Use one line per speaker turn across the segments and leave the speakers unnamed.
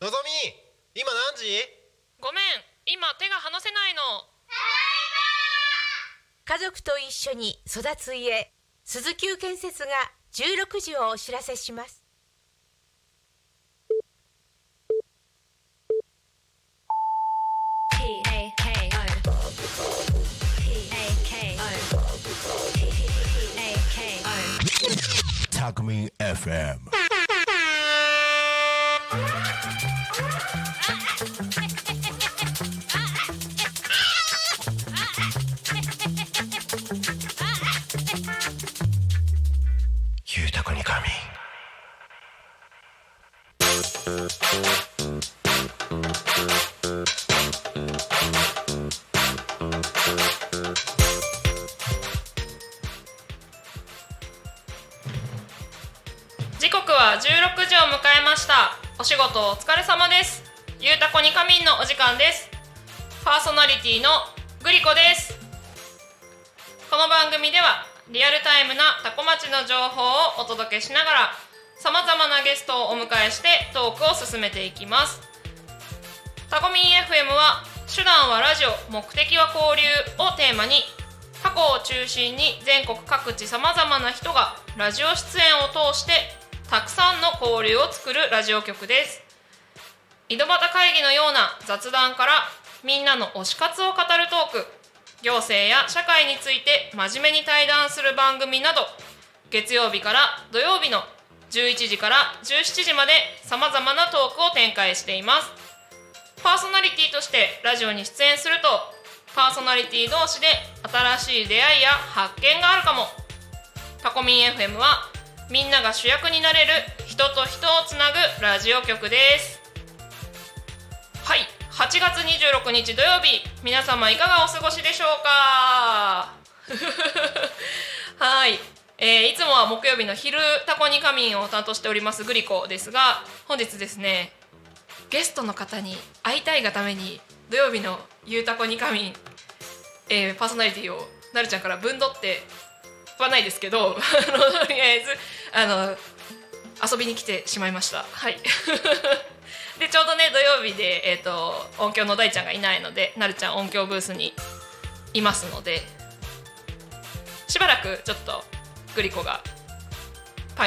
のぞみ今何時
ごめん今手が離せないの
家族と一緒に育つ家鈴木建設が16時をお知らせします
タクミン FM ゆうたこにかみ
時刻は16時を迎えましたお仕事お疲れ様ですゆうたこにかみんのお時間ですパーソナリティのグリコですこの番組ではリアルタイムなタコ町の情報をお届けしながらさまざまなゲストをお迎えしてトークを進めていきますタコミン FM は「手段はラジオ目的は交流」をテーマに過去を中心に全国各地さまざまな人がラジオ出演を通してたくさんの交流を作るラジオ局です井戸端会議のような雑談からみんなの推し活を語るトーク行政や社会について真面目に対談する番組など月曜日から土曜日の11時から17時までさまざまなトークを展開していますパーソナリティとしてラジオに出演するとパーソナリティ同士で新しい出会いや発見があるかもタコミン FM はみんなが主役になれる人と人をつなぐラジオ局ですはい8月26日土曜日皆様いかがお過ごしでしょうか はい、えーいつもは木曜日の昼タコニカミンを担当しておりますグリコですが本日ですねゲストの方に会いたいがために土曜日の「ゆうたこにかみん」えーパーソナリティをなるちゃんからぶんどってはないですけど あのとりあえずあの遊びに来てしまいましたはい でちょうどね土曜日で、えー、と音響の大ちゃんがいないのでなるちゃん音響ブースにいますのでしばらくちょっとグリコがパん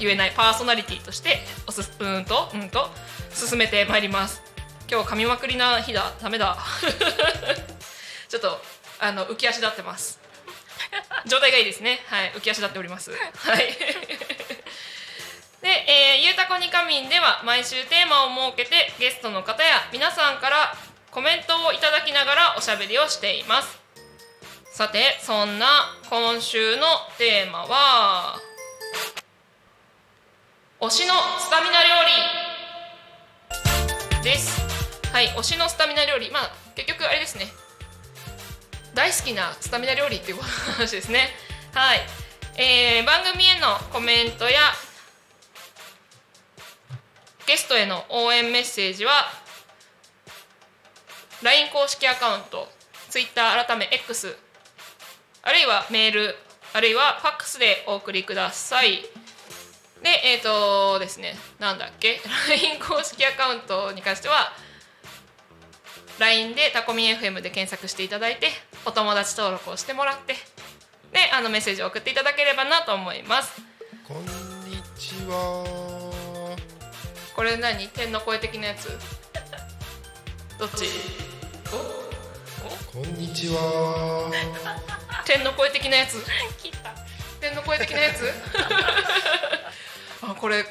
言えないパーソナリティとしておすうーんとうんと進めてまいります今日噛みまくりな日だダメだ ちょっとあの浮き足立ってます状態がいいですねはい浮き足立っておりますはいで、えーゆうたこにかみんでは毎週テーマを設けてゲストの方や皆さんからコメントをいただきながらおしゃべりをしていますさてそんな今週のテーマは推しのスタミナ料理ですはい推しのスタミナ料理まあ結局あれですね大好きなスタミナ料理っていう話ですねはい、えー番組へのコメントやゲストへの応援メッセージは LINE 公式アカウント Twitter 改め X あるいはメールあるいはファックスでお送りくださいでえっ、とですねなんだっけ LINE 公式アカウントに関しては LINE でタコミン FM で検索していただいてお友達登録をしてもらってであのメッセージを送っていただければなと思います
こんにちは
これ何天の声的なやつどっち
こんにちは
天の声的なやつ天の声的な やつ あこれ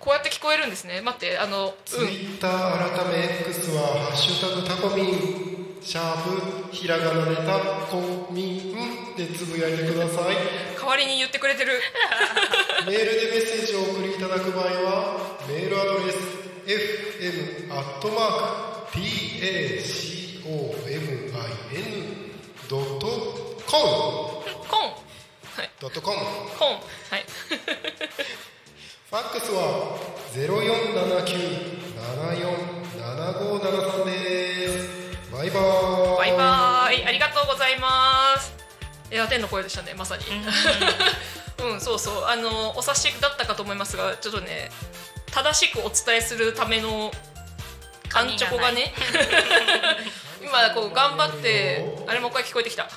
こうやって聞こえるんですね待ってあの
ツイッター改め X は「ハッシュタグタコミン」シャープひらがなでタコミンでつぶやいてください
代わりに言ってくれてる
メールでメッセージをお送りいただく場合はメールアドレス fm.tacomin.com
コンはい
ドットコム
コンはい
ファックスは0479747573ですバイバーイ
バイバーイありがとうございますいや天の声でしたねまさに うんそうそうあのお察しだったかと思いますがちょっとね正しくお伝えするためのアンチョコが ね今こう頑張ってあれもう一回聞こえてきた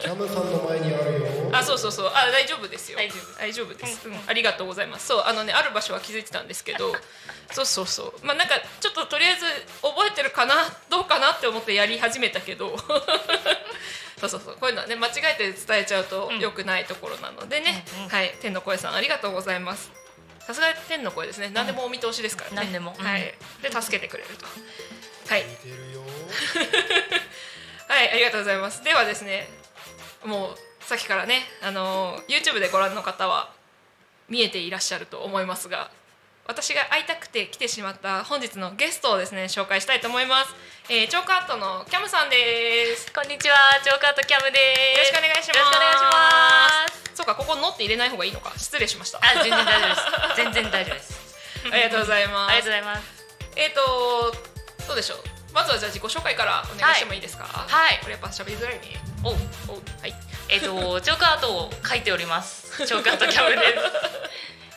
キャムさんの前にあるよ
あそうそうそうあ大丈夫ですよ
大丈夫
大丈夫です、
はい
うんありがとうございますそうあのねある場所は気づいてたんですけ どそうそうそうまあなんかちょっととりあえず覚えてるかなどうかなって思ってやり始めたけど そうそうそうこういうのはね間違えて伝えちゃうと
うん
良くないところなのでね、
うんうん
はい天の声さんありがとうございますさすが天の声ですね何でもお見通しですからね、
何でもうん
はいで助けてくれるとはい
聞いてるよ
はい、ありがとうございます。ではですね、もうさっきからね、あのー YouTube でご覧の方は見えていらっしゃると思いますが、私が会いたくて来てしまった本日のゲストをですね、紹介したいと思います。えー、チョークアートのキャムさんです。
こんにちは、チョーカートキャム
よろ
で
し
す。
くお願いします。
よろしくお願いします。
そうか、ここのって入れない方がいいのか。失礼しました。
あ、全然大丈夫です。全然大丈夫です。
ありがとうございま
ありが
す。
とうございます。
えっ、と、どうでしょう。まずはじゃあ自己紹介からお願いしてもいいですか。はいこれやっぱ喋りづらいね。
お、
おはい。
えっ、と、チョークアートを書いてお ります。チョークアートキャムです。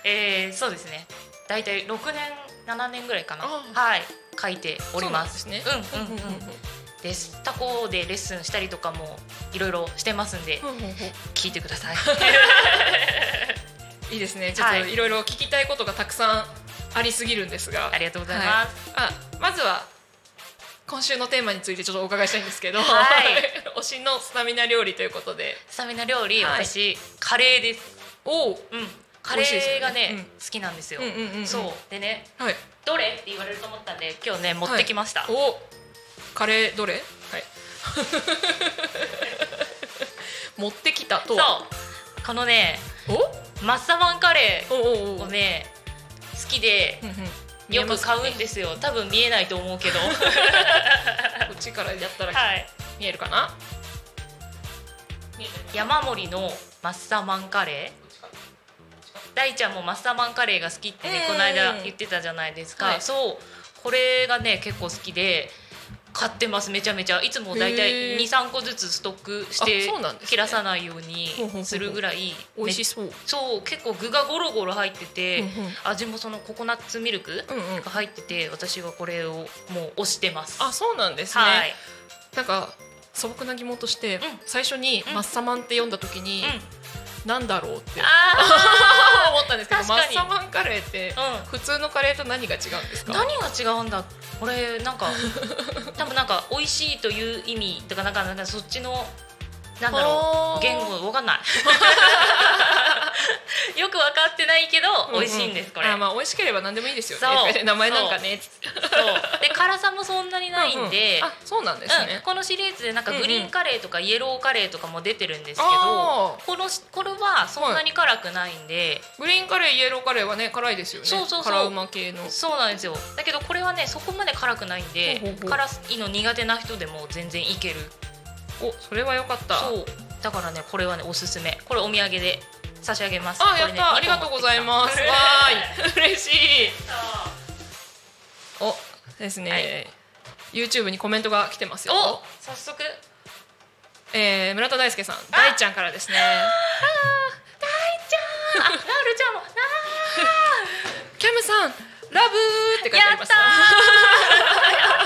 えー、そうですね。だいたい六年、七年ぐらいかな。
あー
はい、書いております。
そうなんで
うん、うん、うん。です。他校でレッスンしたりとかも、いろいろしてますんで、聞いてく ださい。
いいですね。ちょっと
はい
いろいろ聞きたいことがたくさんありすぎるんですが、
ありがとうございます。
あまずは今週のテーマについてちょっとお伺いしたいんですけど、
はい
推しのスタミナ料理ということで、
スタミナ料理、
はい
私、カレーです。
おお、
うん、カレーがね
美味しいですよね
好きなんですよ。
うんうんうんうん
そうでね
はい、
どれって言われると思ったんで今日ね持ってきました。
おお、カレーどれ？はい。 持ってきたと
そう
は。
このね
お
マッサマンカレ
おおおお
ーをね好きで
うんうん
よく買うんですよ。多分見えないと思 うけど。
こっちからやったら
はい。
見えるかな？
山盛りのマッサマンカレー。大ちゃんもマッサマンカレーが好きってね、
うん
この間言ってたじゃないですか、
はい
そうこれがね結構好きで買ってますめちゃめちゃいつも大
へ
体
ー
23個ずつストックして
あそうなんですね
切らさないよう
ほうほうほうほ
に
う
するぐらい
美味し
め
そう。
そう結構具がゴロゴロ入ってて、
うんうん
味もそのココナッツミルク
うんうん
が。入ってて私はこれをもう推してます。
あ、そうなんですね。
はい、
なんか素朴な疑問として、
ん
最初に
うん
マッサマンって読んだ時に、
うん、
なんだろうって
あ
思ったんですけど
確
マ
か
ッ
に
サマンカレーって
ー、うん
普通のカレーと何が違うんですか
何が違うんだこれなんか多分なんか美味しいという意味とかなんかなんかそっちのなんだ
あー
ろう言語わか んないよくわかってないけど美味しいんです、これ
あまあ美味しければ何でもいいですよ
そ
ね
う
名前なんかね
そうで辛さもそんなにないんで、
ううあそうなんです
うん
ね、
このシリーズでなんかグリーンカレーとかイエローカレーとかも出てるんですけど、
あー
このしこれはそんなに辛くないんで、
グリーンカレーイエローカレーはね辛いですよね
そうそうそう
辛うま系の
そうなんですよだけどこれはねそこまで辛くないんで
ほうほうほう
辛いの苦手な人でも全然いける
おそれは良かった
そうだからねこれはねおすすめこれお土産で差し上げます
あやった、ありがとうございますわ ーい嬉しいおですね、
はい
YouTube にコメントが来てますよ
お早速
えー、村田大輔さん大ちゃんからですね
あなるちゃんも
キャムさんラブーって書いてあ
や
り
っ
ま
た
し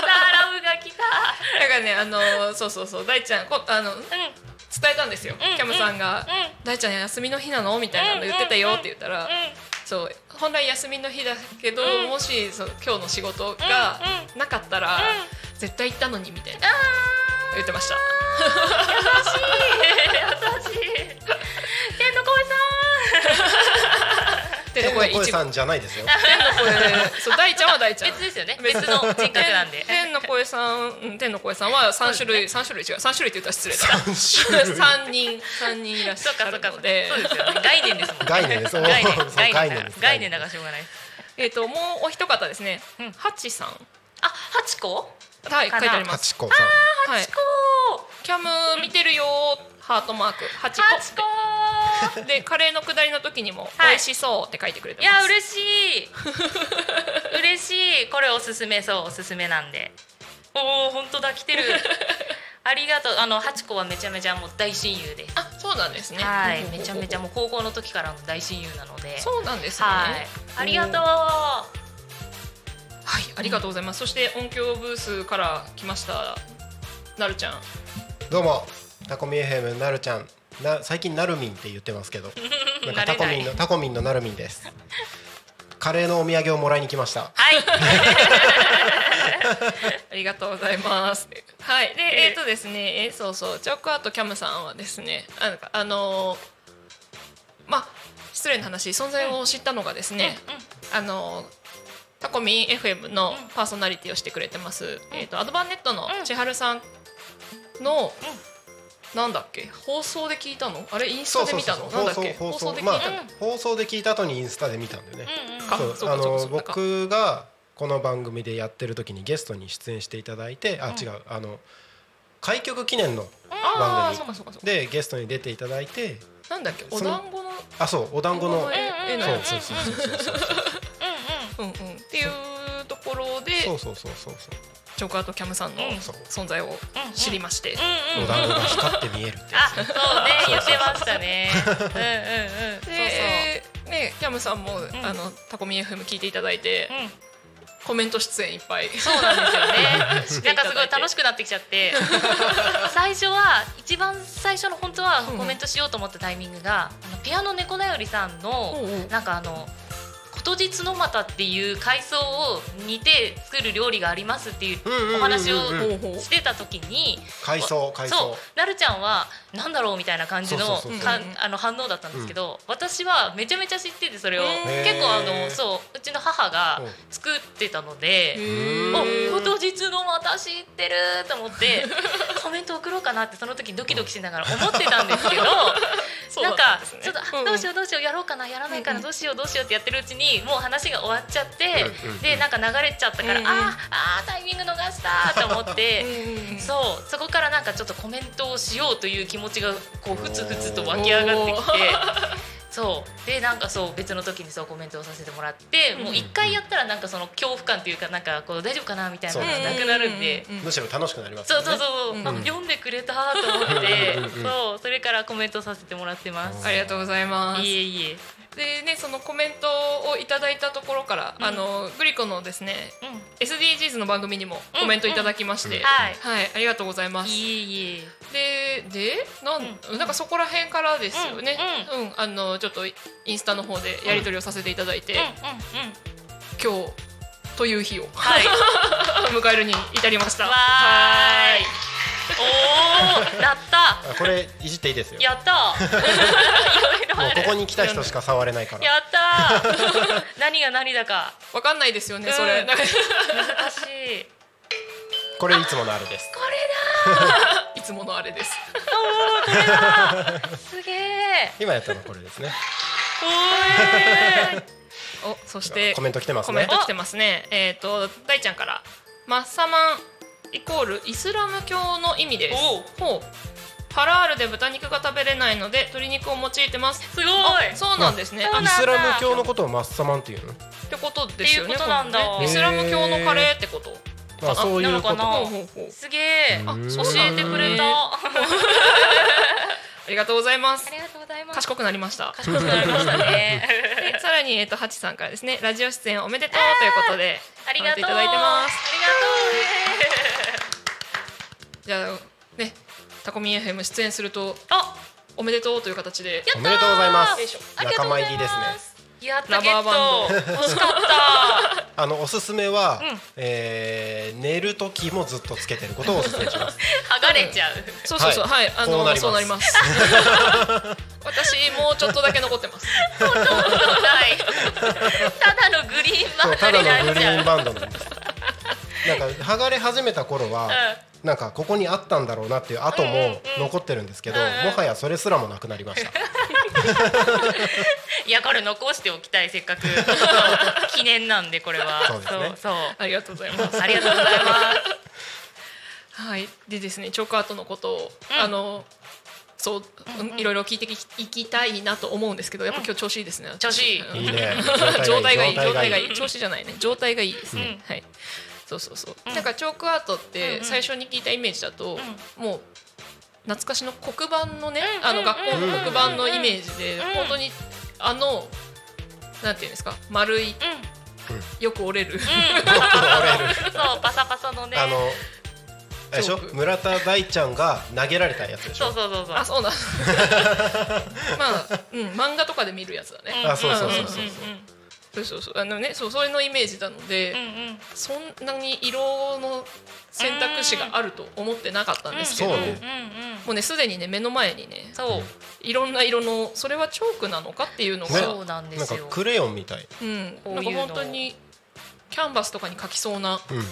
た
ーラブが来た
だからねあのそうそうそう大ちゃんこあの
うんうん
伝えたんですよ、
うん
キャムさんが、大ちゃん休みの日なの?」みたいなの言ってたよって言ったら、そう本来休みの日だけど、
うん
もしそう今日の仕事がなかったら、絶対行ったのにみたいな言ってました
優しい優しい天の声
天
天
の
の
声
声
一
さ
番
んじゃないですよ
天の声そう大ちゃんは大ち
さ
ゃ
ん
ん
別ですよね別の人格なん で
天の声さんうん天の声さんは三種類三、種類違う三種類って言ったら失礼だ
3種類
三人三人いらっし
そっ
ゃ
かそ
る
っか
の
そう
で
ですよね概念ですもんね
概念です
概念
そう
概
概
念
念で
だか
す
ら概念だからしょうがない
えっともうお一方ですね
うん
ハチさん
あ八個
はい書
か
い
な
てありま
八
す
子さん
はい
八個
キャム見てるよハートマークハチ
八
コ
個
でカレーの下りの時にも
はい
美味しそうって書いてくれて
い
ます
や嬉しい 嬉しいこれおすすめそうおすすめなんでおお本当だ来て るありがとうあの八個はめちゃめちゃもう大親友です
あそうなんですね
はい
うん
めちゃめちゃもう高校の時からの大親友なので
そうなんですね
はいありがとう
おー
は
はいありがとうございます、そして音響ブースから来ましたなるちゃん
どうもタコミン FM なるちゃんな最近なるみんって言ってますけ どなんかタコミンのタコミンのなるみんですカレーのお土産をもらいに来ました
はい
ありがとうございます。はい、で、えっ、とですね、えーそうそう、チョコアートキャムさんはですね、あの、あのーまあ、失礼な話、存在を知ったのがですね、あのータコミン FM のパーソナリティをしてくれてます、えっ、とアドバンネットの
うん
千春さんの、なんだっけ放送で聞いたのあれインスタで見たのなんだ
放
っ
送
け
放
放
送
送で聞い
まあ
たの、
放送で聞いた後にインスタで見たんだよね、
うんうん
か
そう
そう
あ
かそうかそ
の
うか
僕がこの番組でやってる時にゲストに出演していただいてあ、違うあの開局記念の
ああ
番
そう
組
かそうかそうか
でゲストに出ていただいて
なんだっけお
その
団子の
あそうお団子
お
の
団絵絵の
そ
や
う
つ
そうそうそうそう
うんうん、っていうところで
そうそうそうそう
チョコアートキャムさんの
うん
存在を知りまして、
うんうん
お団子が光って見えるって
あ、そうね、言ってましたね。うんうんうん。そうそう。
で、えーね、キャムさんも、
ん
あのタコミ FM 聞いていただいて、
うん
コメント出演いっぱい
そうなん ですよ
ていただいて
ね。なんかすごい楽しくなってきちゃって、最初は一番最初の本当はコメントしようと思ったタイミングが、あのピアノ猫だよりさんの
うんうん
なんかあの。ことじつのまたっていう海藻を煮て作る料理がありますっていうお話を
うんうんうん
うんうん
してた時に
海藻海
そう
藻
なるちゃんはなんだろうみたいな感じの
そうそうそう
そう
かんあの反応だったんですけど、私はめちゃめちゃ知っててそれを
へー
結構あのそううちの母が
うん
作ってたので。
ー
お
へ
当日の私知ってると思って コメント送ろうかなってその時ドキドキしながら思ってたんですけど なんかちょっとあどうしようどうしようやろうかなやらないか
うんう
なんどうしようどうしようってやってるうちにもう話が終わっちゃって
うんうん
でなんか流れちゃったから
うんうん
あーあータイミング逃したと思って
うんうんうん
そうそこからなんかちょっとコメントをしようという気持ちがこうふつふつと湧き上がってきて
お。
そうでなんかそう別の時にそうコメントをさせてもらって、もう一回やったらなんかその恐怖感というかなんかこう大丈夫かなみたいなの
そう
が
だ
な
ね
くなるんで、
ううう
むしろ楽しくなります
そ
よ
う
ね
そうそう、
うん
あ読んでくれたと思って
うんうんうん
そうそれからコメントさせてもらってま
う
す。
ありがとうございます
いえいえ、
でねそのコメントをいただいたところから、
うん
あのグリコのですね
うん、
SDGs の番組にもコメントいただきまして、
うんうん
はい
はい、ありがとうございます
いえいえ、
ででなん,、なんかそこら辺からですよね、うんあのちょっとインスタの方でやり取りをさせていただいて、
うんうんうん、
今日という日を
はい、
迎えるに至りました
わ
は
ーい、おお、なった。
あこれいじっていいですよ
やったーいろいろ
も
あ
う
る
ここに来た人しか触れないから
やったー何が何だか
ーいわかんないですよね、それ
うん
なんか
難しい
これいつものあれです
いつものあれです
すげえ
今やったのこれですね
おーい
おそして
コメント来てます
コメン
ね
ト来てますねえっ、と大ちゃんからマッサマンイコールイスラム教の意味です
おう
ほうハラールで豚肉が食べれないので鶏肉を用いてます
すごい
あそうなんですね、
まあ
あ
イスラム教のことをマッサマンっていうの
ってことですよね
っていうことなんだ
これねイスラム教のカレーってこと
まあそういうこと
なのかな
ほう
あ
ほうほう
すげえ
うん
あ
あ
教えてくれたあ
ありがとうございます
りがとうございます
賢くなりました
賢くなりましたね
でさらにえっとハチさんからですねラジオ出演おめでとうということで
ありがとう
コメントいただいてます
ありが
じゃあ
とう
ねタコミン FM 出演すると
あ
おめでとうという形で
やったー
おめでとうございます
よいしょありがとうございます
仲間入りです
ねやった
ラ
ゲッ
バー
ト
バ
惜しかった
あのおすすめは、
うん
えー寝る時もずっとつけてることをおすすめします。
剥がれちゃう
そうそうそう
は
はいい、あ
こうなりま
の
す
そうなります 私もうちょっとだけ残ってます
ないただのグリーン
そ
マ
う
ンド
ただ
にな
のグ
っち
リ
ゃ
ー
う
ンバンドなんです。なんか剥がれ始めた頃は、なんかここにあったんだろうなっていう跡も残ってるんですけど、もはやそれすらもなくなりました。
いやこれ残しておきたいせっかく記念なんでこれは
そうですね
そう
ありがとうございます
そうありがとうございます
はい、でですね、チョーカートのことを、
うん
あの。そう、いろいろ聞いてきいきたいなと思うんですけど、やっぱ今日調子いいですね。
調子いい
うん
いい ね
状態がいい、
状
状
態
態
が
が
いい
いい、調子じゃないね、状態がいいですね。はい。そうそうそう、なんかチョークアートっ
うんう
て
ん
最初に聞いたイメージだと、もう。懐かしの黒板のね、あの学校の黒板のイメージで、
ん
本当に、あの。なんていうんですか、丸い
うん
よく折れる、
そうパサパサのね
あのあれでしょ
ジョーク
村田大ちゃんが投げられたやつでしょ
そうそうそうそう
あそうだ まあ、うん、漫画とかで見るやつだね、
あそうそうそう
そう
う
そうそうそうあのねそうそれのイメージなので、
んうんうんうん
そんなに色の選択肢があると思ってなかったんですけど、
うんそうね
うんうん
もうねすでにね目の前にね
そう
いろんな色のそれはチョークなのかっていうのが、
ね
そうなんで
なん
す
か
よ
クレヨンみたい、
うん、
こうい
な
うんの
か本当にキャンバスとかに描きそうな
うん、
うん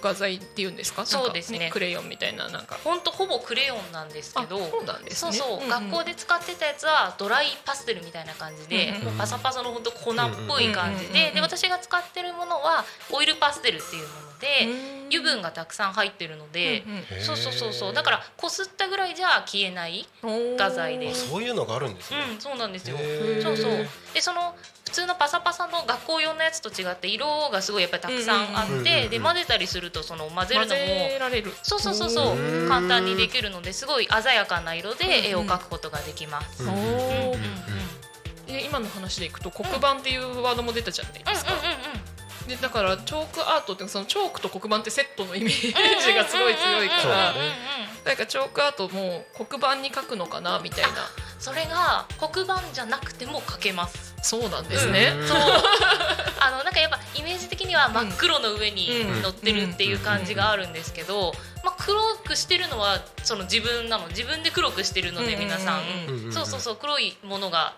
画材っていうんですかなんか
そうですね
クレヨンみたいななんか
ほんとほぼクレヨンなんですけど
あそうなんですね
そうそう
うんうん
学校で使ってたやつはドライパステルみたいな感じで、
うんうん
もうパサパサのほんと粉っぽい感じ
うんうんうんうんう
で
ん
で私が使ってるものはオイルパステルっていうもので、油分がたくさん入ってるので、そうそうそうそうだからこすったぐらいじゃ消えない、画材で
あ
す
そういうのがあるんですね、
うん、そうなんですよ。
へー
そうそうでその普通のパサパサの学校用のやつと違って色がすごいやっぱりたくさんあって、
うんうんうん
で混ぜたりするとその混ぜる
混
のも
ぜられる
そうそうそうそう
おー
ー
簡単にできるのですごい鮮やかな色
うん
で絵を描くことができます。
うんうん
おー
うんうんうん
で今の話でいくと黒板っていうワードも出たじゃないですか、
う
でだからチョークアートってそのチョークと黒板ってセットのイメージがすごい強いか
そう
ら
だね
なんかチョークアートも黒板に描くのかなみたいな
それが黒板じゃなくても描けます。
そうなんですね、
うん
そう。あのなんかやっぱイメージ的には真っ黒の上に
うん
乗ってるっていう感じがあるんですけど、まあ黒くしてるのはその自分なの自分で黒くしてるので
うん
皆さ
うん
うんうん
ん、そうそうそう黒いものが。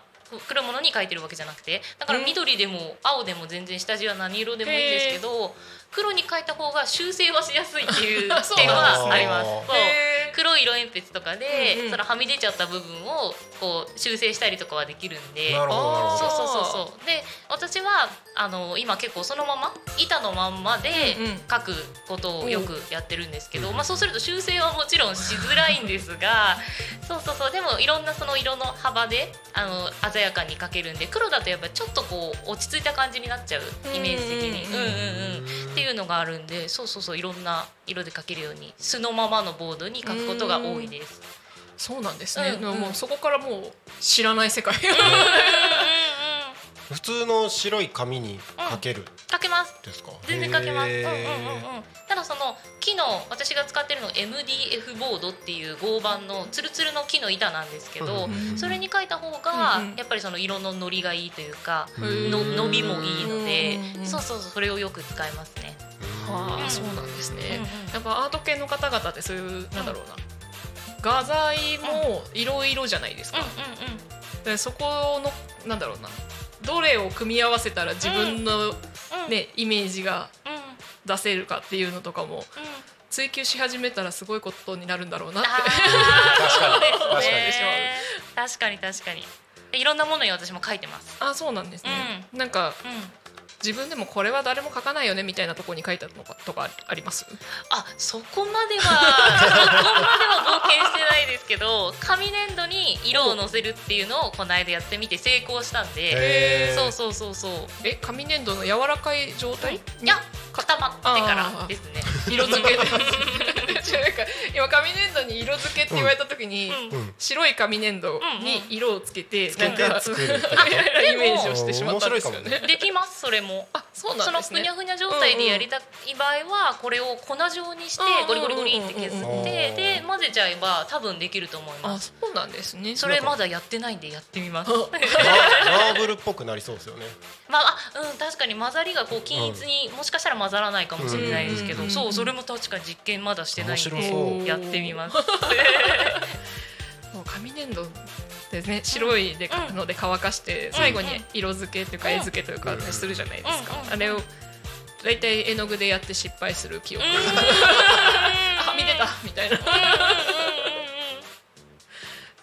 黒いものに描いてるわけじゃなくてだから緑でも青でも全然下地は何色でもいいんですけど黒に描いた方が修正はしやすいって いう
そう
点
なんです
は
ね
あります。そう
へー
黒い色鉛筆とかで、
うんうん
そのはみ出ちゃった部分をこう修正したりとかはできるんで
なるほどなるほ
そ
ど
うそうそうそうで私はあの今結構そのまま板のまんまで
うんうん
書くことをよくやってるんですけど、まあ、そうすると修正はもちろんしづらいんですが そうそうそうでもいろんなその色の幅であの鮮やかに書けるんで黒だとやっぱりちょっとこう落ち着いた感じになっちゃうイメージ的に。
うんうん
うんうんうんっていうのがあるんでそうそうそういろんな色で描けるように素のままのボードに描くことが多いです。
そうなんですね、
うんうん
もうそこからもう知らない世 界
普通の白い紙にかけるん
描けます
ですか、
全然描けます。うん
へ
う
ー
んうんうん。ただその木の私が使ってるの MDF ボードっていう合板のツルツルの木の板なんですけど
うん、
それに描いた方
うんう
が
ん
やっぱりその色のノリがいいというか、
うん
の伸びもいいので
うんうんう、ん
そうそうそうそれをよく使いますね。
は
う
あ
ん
そうなんですね、
うんうん
やっぱアート系の方々ってそういうなんだろうな画材もいろいろじゃないです
う
か
ん、うんうん。
でそこのなんだろうなどれを組み合わせたら自分の、
うん
ねイメージが
うんうん。
出せるかっていうのとかも追求し始めたらすごいことになるんだろうなって
確かに
そうで
確
す
かに
ね確かに確かにでいろんなものに私も書いてます
あそうなんですね、なんか
うん
自分でもこれは誰も書かないよねみたいなところに書いたのかとかあります
あそこまではそこまでは冒険してないですけど紙粘土に色をのせるっていうのをこの間やってみて成功したんで
へー
そうそうそうそう
え紙粘土の柔らかい状態
いや固まってからですね
色付 けでちょなんか今紙粘土に色付けって言われた時に、
うん
うん
白い紙粘土に色をつけて、
つけ
なん
て
か
作るってこ
みた いなイメージをしてしまったんですよ
面白い
ね
か。
できますそれも
あ、そうなんです
そのふに
ね
ゃ。ふにゃ状態でやりたい場合はこれを粉状にしてゴリゴリゴリって削
うん
うんうんうん
ってで混ぜちゃえば多分できると思います
あ、そうなんですね。
それまだやってないんでやってみます。
あ
とラーブルっぽくなりそうですよね
まあ、あうん、確かに混ざりがこう均一に、もしかしたら混ざらないかもしれないですけど、
うん
そう、それも確かに実験まだしてないん
面
で。
白そう
やってみます。
もう紙粘土ですね。白いで
うん
ので乾かして最後に
うん
色付けというか
うん
絵付けというか
うん
するじゃないですか
う。ん
あれをだいたい絵の具でやって失敗する記憶。 あ、
は
見てたみたいなっ
う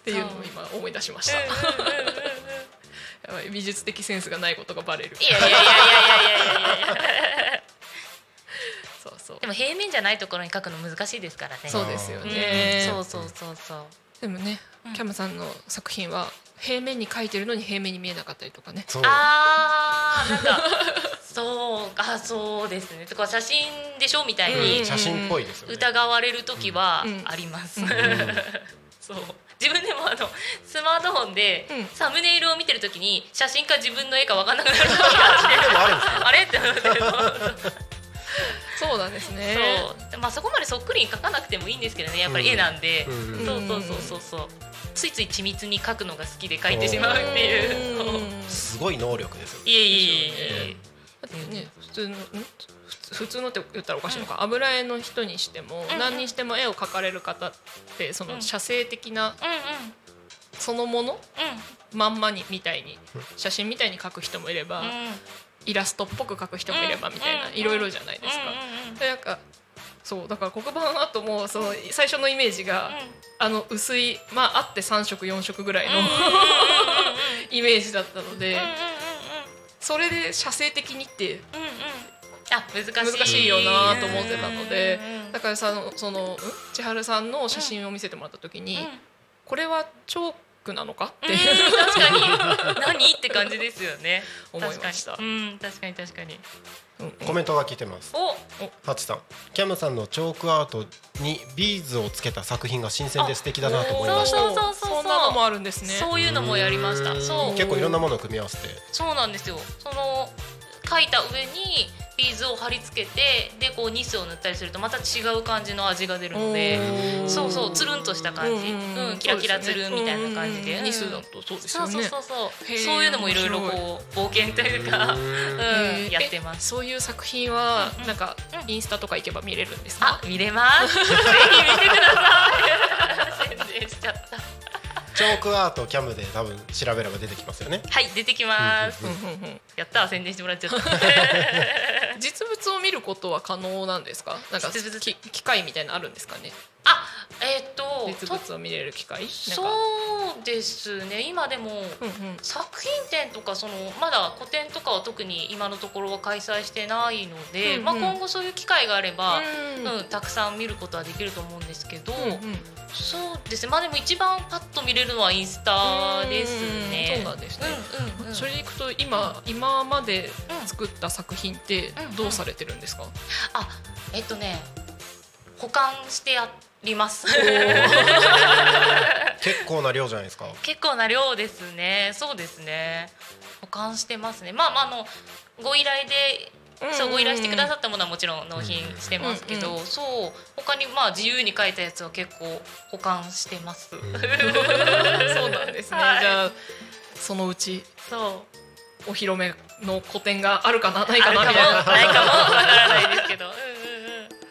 ていうのを今思い出しました。
んうんうんうんうんうんうんうん
やばい美術的センスがないことがバレる。
いやいやいやいやいやいやいや。
そうそう
で。も平面じゃないところに書くの難しいですからね。
そうですよね。
うんそうそうそうそう。
でもね
うん、
キャムさんの作品は平面に描いてるのに平面に見えなかったりとかね。
そう
あーなんかそうあそうですねとか写真でしょみたい
うん
に
写真っぽいですよね
疑われる時はあります、
うん
そう自分でもあのスマートフォンで
うん
サムネイルを見てるときに写真か自分の絵か分かんなくなる時が
でもあるんです
あれって思って
そうなんですね
そうまあそこまでそっくりに描かなくてもいいんですけどねやっぱり絵なんで、
うんうんうん
そうそうそうそうそうついつい緻密に描くのが好きで描いてしまうっていうそう
うん
すごい能力ですよね
いえいえいえ
だってね普通のん普通普通のって言ったらおかしいのか油絵の人にしても
うん
何にしても絵を描かれる方ってそうの
ん
写生的な
うん
そのもの
う
まんまにみたいに写真みたいに描く人もいれば
んうんうん
イラストっぽく描く人もいればみたいな
うん
いろいろじゃないですか。でなんかそうだから黒板アートもその最初のイメージがあの薄いまああって3色4色ぐらいの イメージだったのでそれで写生的にって
あ難しい
難しいよなと思ってたので
うん
だからさそのん千春さんの写真を見せてもらった時に、
うん
これはチョークなのかって
うん確かに何って感じですよね
思いました
確かにうん確かに確かに
うん
コメントが来てます
お
ハチさんキャムさんのチョークアートにビーズをつけた作品が新鮮で素敵だなと思いました
そうそうそうそう
そんなのもあるんですね
そういうのもやりましたそう
結構いろんなものを組み合わせて
そうなんですよその書いた上にビーズを貼り付けてでこうニスを塗ったりするとまた違う感じの味が出るので
おー
そうそうつるんとした感じ、うんキラキラつるんみたいな感じで、
うん
うん
ニスだとそうです
そ
よ
う
ね
そうそうそ
へ
う
ー
そういうのもいろいろこう冒険というか、うん
へー
やってます
そういう作品は
うんうん
なんか
うん
インスタとか行けば見れるんですか
あ見 れますぜひ見てください 宣伝しちゃった
チョークアートキャムで多分調べれば出てきますよね
はい出てきます、
うんうんうん
やった宣伝してもらっちゃ った
実物を見ることは可能なんですかなんか
実物
き機械みたいなのあるんですかね
あえーっと
実
と
物を見れる機械なんか
そうですね今でも、
うんうん
作品展とかそのまだ個展とかは特に今のところは開催してないの
う
で、
んうん
まあ、今後そういう機会があれば、
う
うんんたくさん見ることはできると思うんですけど、
うんうん
そうですねまあでも一番パッと見れるのはインスタですね。
うんそうなんですね
うんうんうん
それでいくと今今まで
うん
作った作品って
うん
どうされてるんですか
あえっとね保管してやります。
結構な量じゃないですか
結構な量ですねそうですね保管してますねまあまああのご依頼でそうご依頼してくださったものはもちろん納品してますけど、
うん
そう他にまあ自由に書いたやつは結構保管して ます、
そうなんですね
はい
じゃあそのうち
そう
お披露目の個展があるかなないか
あるか
な
も
みたいな
ないかもわからないですけどうんうん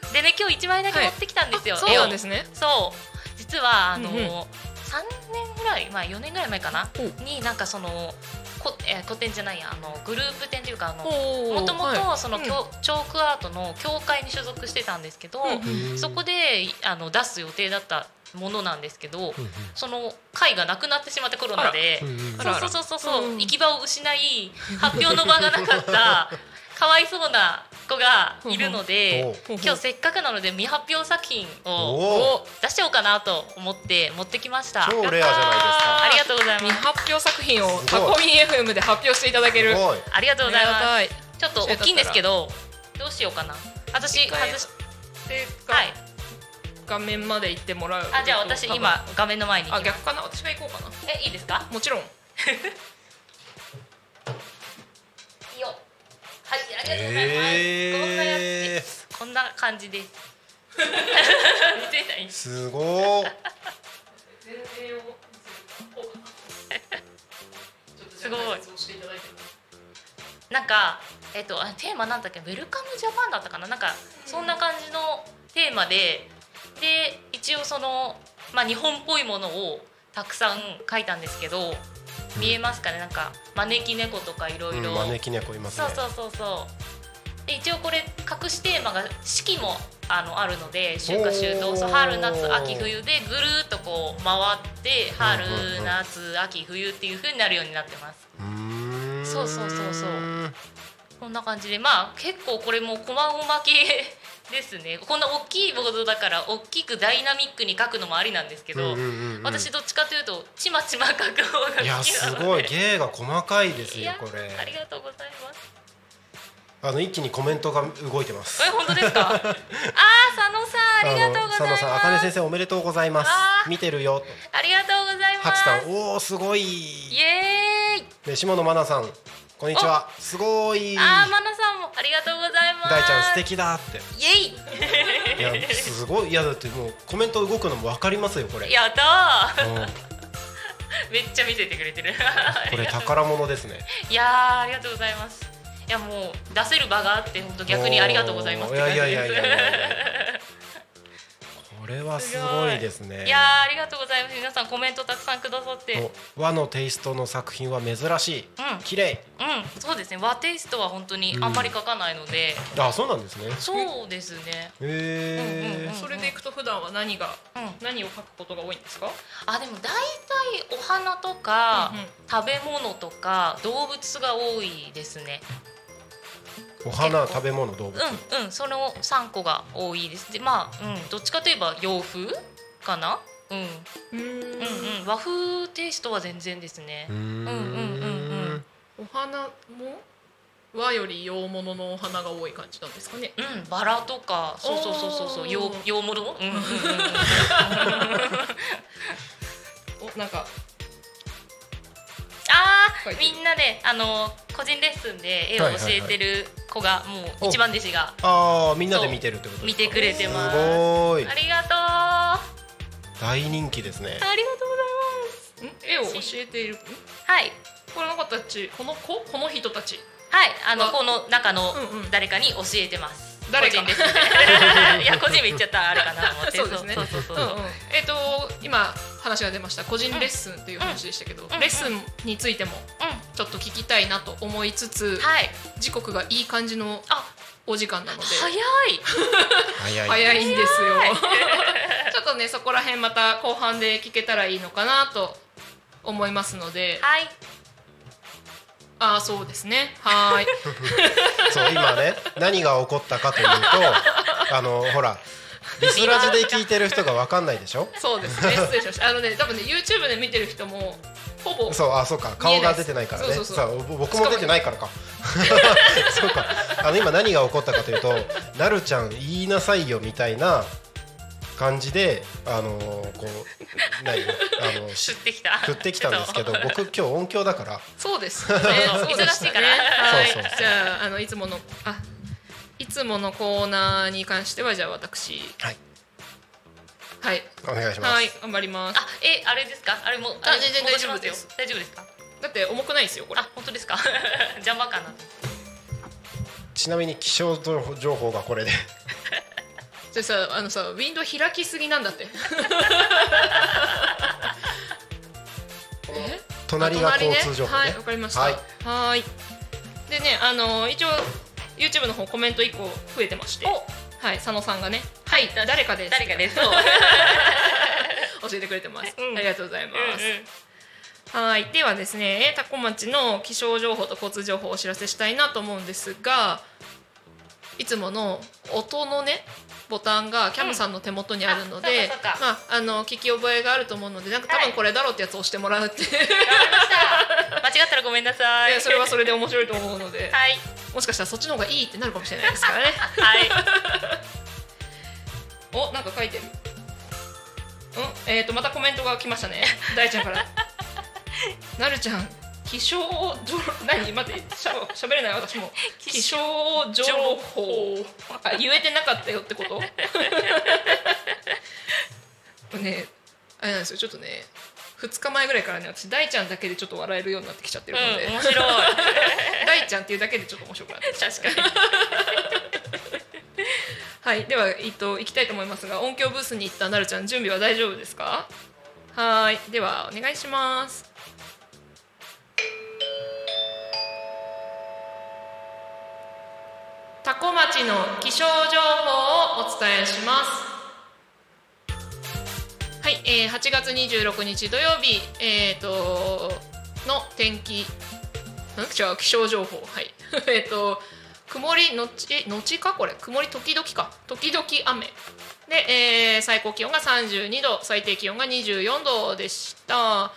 うんでね今日一枚だけ持ってきたんですよ、
そうなんですすね
そう実はあの、
うんうん
3年ぐらいまあ4年ぐらい前かな
お
になんかそのこ、えー、個展じゃないやあのグループ展というかあの
も
もともとその、き
は
ょチョークアートの協会に所属してたんですけど、
いうん
そこであの出す予定だったものなんですけど、その会がなくなってしまってコロナで、
あらあら
そうそうそうそう、
うん
行き場を失い発表の場がなかったかわいそうな子がいるので
おう
今日せっかくなので未発表作品を
おお
お
出しちゃおうかなと思って持ってきました。
超レアじゃないですか
ありがとうござい
未
ます。
発表作品を
す
タ
ごい
コミン FM で発表していただける
すごい
ありがとうございます。
ありがたい
ちょっと大きいんですけど、どうしようかな。私
一回
外し、
で
はい。
画面まで行ってもらう
あ、じゃあ私
多分
今画面の前に行
あ
きます。
逆かな私が行こうかな
え、いいですか？
もちろん
いいよ。はい、ありがとうございます。こんな
え
やつです。こんな感じです。見てない
ー、。すごい
すごいなんかえっとあテーマなんだっけウェルカムジャパンだったかななんかそんな感じのテーマでで一応そのまあ日本っぽいものをたくさん書いたんですけど見えますかねなんか招き猫とかいろ
う
いろ
ん招き猫います
そ
ね
うそうそうそうで一応これ隠しテーマが四季もあのあるので春夏秋
おー
冬そう春夏秋冬でぐるーっとこう回って春
うんうんうん
夏秋冬っていう風になるようになってます
うーん
そうそうそうそうこんな感じでまあ結構これも細々系ですねこんな大きいボードだから大きくダイナミックに書くのもありなんですけど、
うんうんうん
私どっちかというとちまちま書く方が好きなので
いやすごい芸が細かいです
い
よ
や
これ
ありがとうございます
あの一気にコメントが動いてます
え本当です かあー佐野さんありがとうござ
あ
います
の佐野さんあかね先生おめでとうございます
あー
見てるよ
ありがとうございま
ハ
す
チさんおおすごい
イエーイ
で下野真奈さんこんにちはすごい
あーマナさんもありがとうございます
大ちゃん素敵だって
イエ
いやすごいいやだってもうコメント動くのも分かりますよこれ
イやった
うん
ーめっちゃ見せてくれ てる
これ宝物ですね
いやーありがとうございますいやもう出せる場があって本当 逆にありがとうございます
おー
って感じ
いやいやいやいやいやい
です
これはすごいですね
いやーありがとうございます皆さんコメントたくさんくださって
もう和のテイストの作品は珍しい、
うん
綺麗
うんそうですね和テイストは本当にあんまり書かないので、
あそうなんですね
そうですねうんうん
へ
う
え
ん
それでいくと普段は何が
うん
何を書くことが多いんですか？
あでも大体お花とか、
うんうん
食べ物とか動物が多いですね
お花食べ物動物、
うんうんその3個が多いですでまあ、うん、どっちかといえば洋風かな、うん、
うん
うんうん和風テイストは全然ですね
うーん
うんうんうんうん
お花も和より洋物のお花が多い感じなんですかね。
うん、バラとかそうそうそうそうそ
おー
う洋洋物う んうんうんうん
おなんか
あ
書い
ー
てる
みんなであの個人レッスンで絵を教えてる子がもう
お
一番弟子が
ああみんなで見てるってことですか
見てくれてま
す
す
ごい
ありがとうあ
大人気ですね
りがとうございます
ん絵を教えているん
はい
この子たちこの子この人たち
はいあの
わ
この中の
うんうん
誰かに教えてます
誰か
個人レッスンで いや個人名言っちゃったらあれかなと思って
そうですね
そうそうそう
う
そ
ん
う
うんえっ、と今話が出ました個人レッスンっていう話でしたけど、
んうん
レッスンについても
う
ちょっと聞きたいなと思いつつ
ん、はい
時刻がいい感じの
あ
お時間なので
早い
早い
早いんですよ ちょっとねそこら辺また後半で聞けたらいいのかなと思いますので
はい
ああそうですねはーい
そう今ね何が起こったかというとあのほらリスラジで聞いてる人がわかんないでしょ
そうで すね失礼しましたあのね多分ね YouTube で見てる人もほぼ
そうあそうか
見
顔
えない
が
です
出てないからね
そうそうそう
さあ僕も出てないからか そうかあの今何が起こったかというとなるちゃん言いなさいよみたいな感じであのーこう何あの
吸
し
ってきた
振ってきたんですけど僕今日音響だから
そう ですよね。
そう
そうでした
忙しいから
はい。
そうそうそう
じゃああのいつものあいつものコーナーに関してはじゃあ私
はい
はい
お願いします、
はい頑張ります。
あえあれですかあれも
あ全然
戻しま
大丈夫
す
で
よ
す
大丈夫ですか
だって重くないですよこれ。
あ本当ですか 邪魔かな
ちなみに気象情報情報がこれで
それさあのさウィンドウ開きすぎなんだって。え
隣が
あ
交通情報ね
はいわかりました。は
はいい。
いでねあの一応 YouTube の方コメント一個増えてまして。はい佐野さんがねはい誰かです
誰かですうん
教えてくれてます、
うん
ありがとうございます、
うん
はい、ではですね、えー多古町の気象情報と交通情報をお知らせしたいなと思うんですが、いつもの音のねボタンがキャムさんの手元にあるので、
うんあそうかそうか
まああの聞き覚えがあると思うので、なんか多
は
分
い
これだろうってやつを押してもらうって、
わかりました間違ったらごめんなさ
い
い
やそれはそれで面白いと思うので、
はい
もしかしたらそっちの方がいいってなるかもしれないですからね。
はい
お、なんか書いてる。うん、えっ、とまたコメントが来ましたね。大ちゃんから。なるちゃん、気象情何待ってしゃ喋れない私も。気象情報あ言えてなかったよってこと。ね、あれなんですよちょっとね。2日前ぐらいからね私大ちゃんだけでちょっと笑えるようになってきちゃって
う
るので、
ん面白い
大ちゃんっていうだけでちょっと面白くなってきちゃった
確かに
はい、では、えっと、行きたいと思いますが、音響ブースに行ったなるちゃん、準備は大丈夫ですか。はーい、では、お願いします。タコ町の気象情報をお伝えします。はい、えー、8月26日土曜日、えー、との天気ん違う気象情報はい えっと曇りのちのちかこれ曇り時々か時々雨で、えー最高気温が32度最低気温が24度でした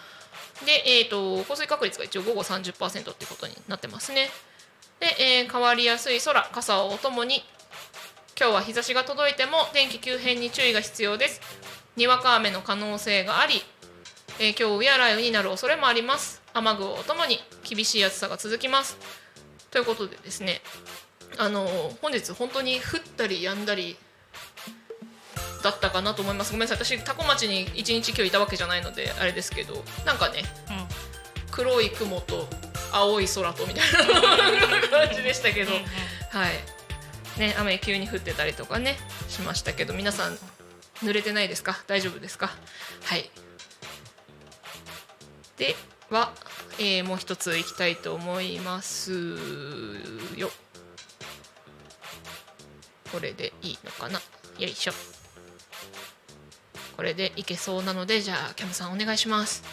で、えー、と降水確率が一応午後30%っていうことになってますねで、えー変わりやすい空傘をお供に今日は日差しが届いても天気急変に注意が必要ですにわか雨の可能性があり、えー、今日や雷雨になる恐れもあります雨具をお供に厳しい暑さが続きますということでですねあのー本日本当に降ったり止んだりだったかなと思いますごめんなさい私多古町に一日今日いたわけじゃないのであれですけどなんかね
うん
黒い雲と青い空とみたい な感じでしたけど、はいね、雨急に降ってたりとかねしましたけど皆さん濡れてないですか大丈夫ですかはいでは、えーもう一ついきたいと思いますよこれでいいのかなよいしょこれでいけそうなのでじゃあキャムさんお願いします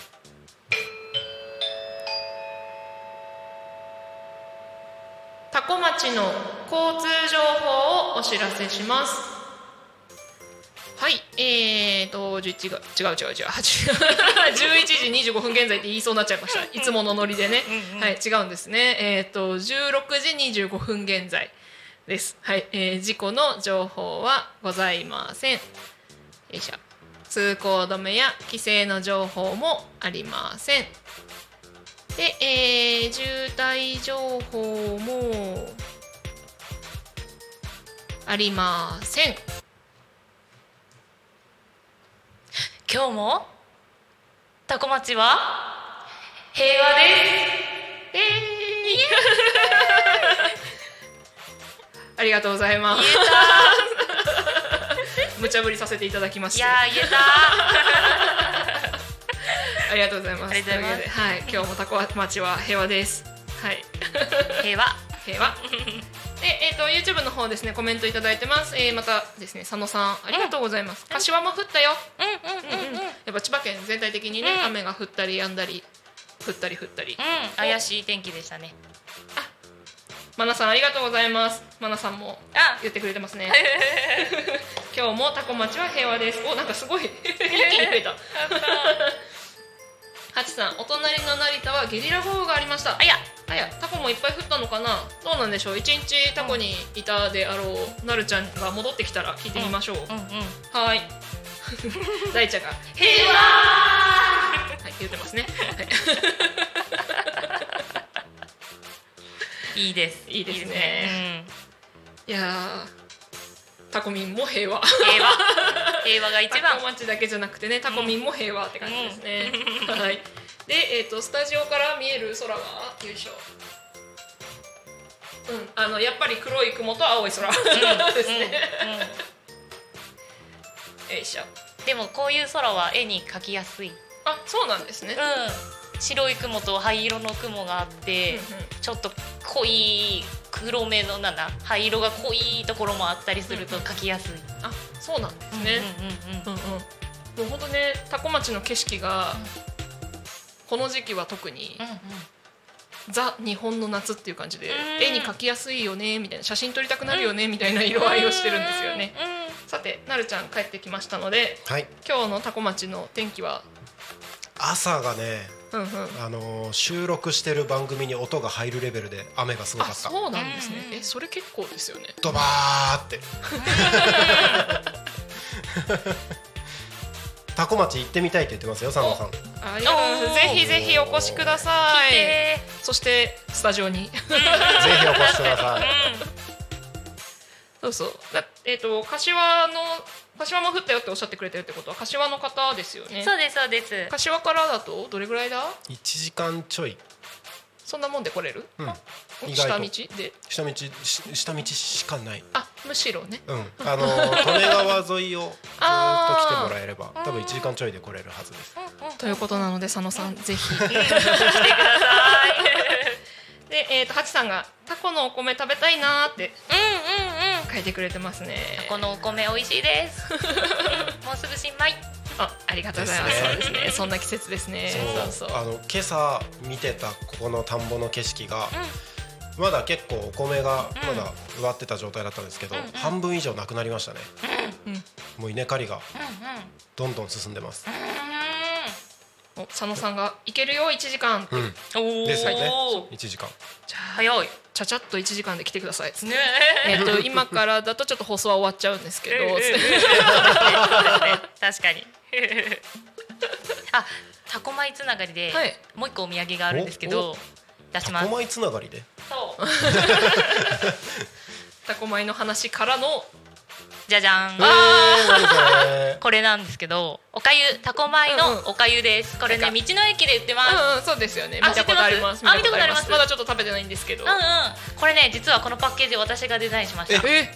タコ町の交通情報をお知らせします。はい、えーと、11が、違う違う違う、8 11時25分現在って言いそうになっちゃいました。いつものノリでね。はい、違うんですね。えーと、16時25分現在です。はい、えー事故の情報はございません。よいしょ。通行止めや規制の情報もありません。で、えー渋滞情報もありません。
今日もタコ町は平和です
えー、ありがとうございます。無茶ぶりさせていただきまし
い
て
や
あ
ー言えた
りがとうございます。
ありがとうござ
というわ
います
けではい、今日もタコ町は平和です。はい。
ー平和
平 和で、えー、と YouTube の方ですねコメントいただいてます、えーまたですね佐野さんありがとうございます、柏も降ったよ、
うんうんうんうん、うん、
やっぱ千葉県全体的にね、
うん
雨が降ったり止んだり降ったり降ったり、
怪しい天気でしたね
マナさんありがとうございますマナさんも
あ
言ってくれてます ね今日もタコ町は平和ですおなんかすごい一気 に増えたハチさんお隣の成田はゲリラ豪雨がありました
あいや
あやタコもいっぱい降ったのかなどうなんでしょう一日タコにいたであろうなるちゃんが戻ってきたら聞いてみましょう、
うんうん
はー い大ちゃんが
平和
はい言ってますね、はい
いいです
いいですねいやータコミンも平和
うん 平和平和が一
タ
番
コ町だけじゃなくてねタコミンも平和って感じですね、はいでえっ、とスタジオから見える空はよいしょうんあのやっぱり黒い雲と青い空 ですね、
うんうん
よいしょ
でもこういう空は絵に描きやすい、
あそうなんですね、
うん、白い雲と灰色の雲があって、
うんうん
ちょっと濃い黒目のなんだ灰色が濃いところもあったりすると描きやすい、
あそうなんですね、
うんうんうん
うんうんもうほんとね多古町の景色が、この時期は特に、
うんうん
ザ日本の夏っていう感じで、
うん
絵に描きやすいよねみたいな写真撮りたくなるよね、みたいな色合いをしてるんですよね、さてなるちゃん帰ってきましたので
はい
今日のタコ町の天気は
朝がね、
うんうん
あのー収録してる番組に音が入るレベルで雨がすごか
あ
った
そうなんですね、
うん
えそれ結構ですよね
ドバーっ てタコ町行ってみたいって言ってますよサンドさん
ありがとうございますぜひぜひお越しくださ
うん
い
で
そしてスタジオに
ぜひお越しくださ い
そうそうだえっ、と柏の柏も降ったよっておっしゃってくれてるってことは柏の方ですよね
そうですそうです
柏からだとどれぐらいだ
1時間ちょい、
そんなもんで来れる、
うん、意
下
外
道
と
で
下道し下道しかない
あむしろね
うん、あのー 利根川沿いをずーっと来てもらえれば
ー
多分1時間ちょいで来れるはずです
ということなので佐野 さんぜひでえっ、とハチさんがタコのお米食べたいなーって
うんうんうん
書いてくれてますね
このお米美味し いです。うんもうすぐ新米。
あありがとうございますそうで
です
ねそんな季節ですねそうそう
あの今朝見てたここの田んぼの景色が、まだ結構お米がまだ植わってた状態だったんですけど、
うんうん
半分以上なくなりましたね、
うん
もう稲刈りが
うんうん。
どんどん進んでます、
うーん
お佐野さんが「いけるよ1時間」って
うん
おお、
ですよね
早
1時間
い
ちゃちゃっと1時間で来てくださいっつって
ねえ
えっと今からだとちょっと放送は終わっちゃうんですけどつって
確かに あタコ米つながりで、
はい
もう一個お土産があるんですけ
お
ど
お
出しま
タ
す
コ米つながりで
そう
タコ米の話からの
じゃじゃん
えー、何それ
これなんですけどおかゆタコ米
うんうん
のおかゆです、これね
な
道
ん
の
か
駅で売ってます、
うんうんそうですよね
あ
見たことあります
知ってますあ見たことあります
まだちょっと食べてないんですけど
うんうん、これね実はこのパッケージ私がデザインしました
え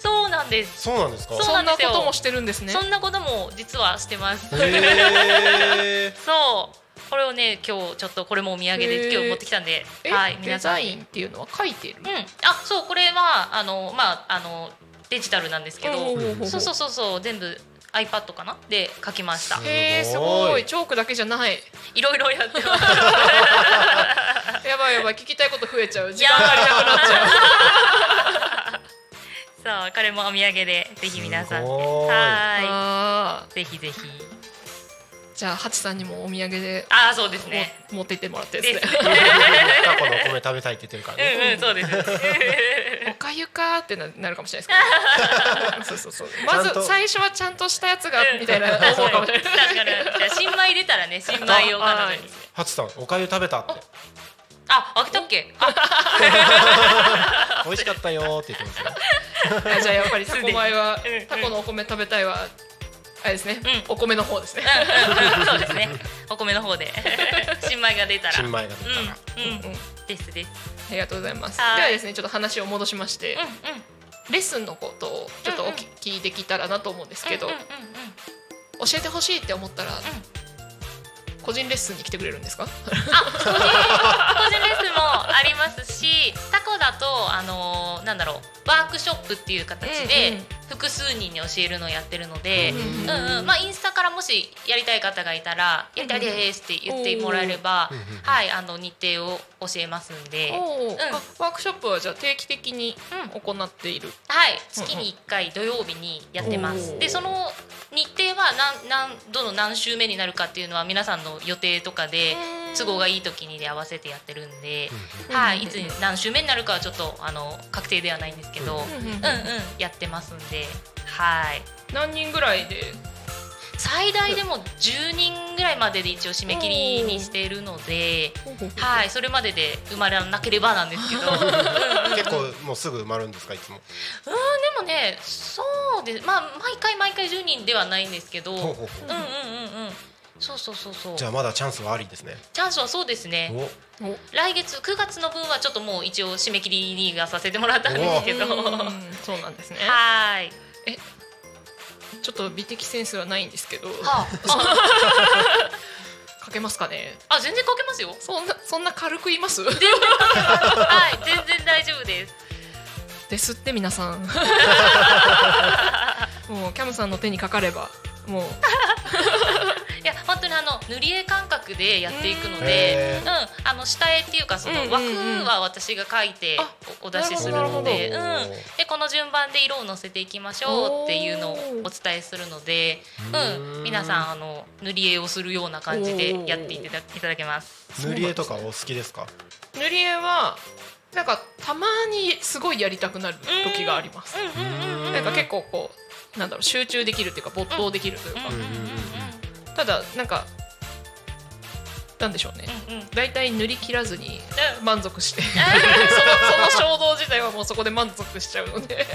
そうなんです
そうなんですか
そう
そ
なんん
な
で
こ
すよ
ともしてるんですね
そんなことも実はしてます、
へー
そうこれをね今日ちょっとこれもお土産
へ
で
ー
今日持ってきたんで
え
はい
デ
皆さん
ザインっていうのは書いてる
うんあそうこれはあのまああのデジタルなんですけど、
ほう
そうそうそうそう全部 iPad かなで書きました
す
へえすごいチョークだけじゃない
いろいろやってます
やばいやばい聞きたいこと増えちゃう時
や
間
ばい
足りなくなっちゃう
そうこれもお土産でぜひ皆さん
す
は
ごい
ー
あ
いぜひぜひ
ーじゃあハチさんにもお土産で
ああそうですね
も持って行ってもらって
で
ですすね
ね
タコのお米食べたいって言ってるからね
うんうんそうです
おかゆかーってななるかもしれない ですけどそうそうそうま
ちゃん
ず
と
最初はちゃんとしたやつが
うん
みたいな
確かに
思うかもしれない
確かにじゃあ新米入れたらね新米を彼女に
ハチさんおかゆ食べたって
あ開けたっけあ
美味しかったよーって言ってますよ
あじゃあやっぱりタコ米は
すでにうん
タコのお米食べたいはあれですね、
う
お米の方ですね、
うんうんそうですねお米の方で新米が出たら
新米が出たら、
う
う
んうん
ん
ですです
ありがとうございます
はい
ではですねちょっと話を戻しまして、
うんうん
レッスンのことをちょっとおき、
う
聞いてきたらなと思うんですけど、
うんうん
教
うんうん
えてほしいって思ったら、個人レッスンに来てくれるんですか
個人レッスンもありますしタコだとあのーなんだろうワークショップっていう形
うんう
で
ん
複数人に教えるのをやってるので、
う
うんんうんまあ、インスタからもしやりたい方がいたら「やりたいです」って言ってもらえれば、
うんうん
はい、あの日程を教えますんで、
おー
ん
あワークショップはじゃあ定期的に
うん
行っている、
はい、月に1回土曜日にやってま
おー
すでその日程は何何どの何週目になるかっていうのは皆さんの予定とかで都合がいい時にで合わせてやってるんで。
うん
はい、いつに何週目になるかはちょっとあの確定ではないんですけど、うんうん、やってますんで、はい。
何人ぐらいで
最大でも10人ぐらいまでで一応締め切りにしているので、はい、それまでで埋まらなければなんですけど、うんうんで
結構もうすぐ埋まるんですかいつも
もね、そうです、まあ毎回毎回10人ではないんですけど、うんうん
ほう
う
んほうほう
うん、そうそうそうそう。
じゃあまだチャンスはありですね
チャンスはそうですね。
お
来月9月の分はちょっともう一応締め切りにはさせてもらったんですけど、は
うん そうなんですね
い。
ちょっと美的センスはないんですけど
はあ
書けますかね
あ、全然かけますよ。
そんなそんな軽く言います
はい、全然大丈夫です。
ですって皆 さんもうキャムさんの手にかかればもう
いや、本当にあの塗り絵感覚でやっていくの
へ
で、うん、あの下絵っていうかそ
うん
の
うん
枠
うん
は私が描いて
あ
おお出しする
なるほ
の
ど
で、う
なる
ん
ほど。
でこの順番で色をのせていきましょうっていうのをお伝えするので、
う
うんん、皆さんあの塗り絵をするような感じでやっていただいただけます。
塗り絵とかお好きですか
塗り絵はなんかたまにすごいやりたくなる時があります
うんうんうんうんうん。
なんか結構こうなんだろう集中できるっていうか没頭できるというか
うんうん
ただなんかなんでしょうね
うんうんうんうん。
大体塗り切らずに
うん
満足 してそのその衝動自体はもうそこで満足しちゃうので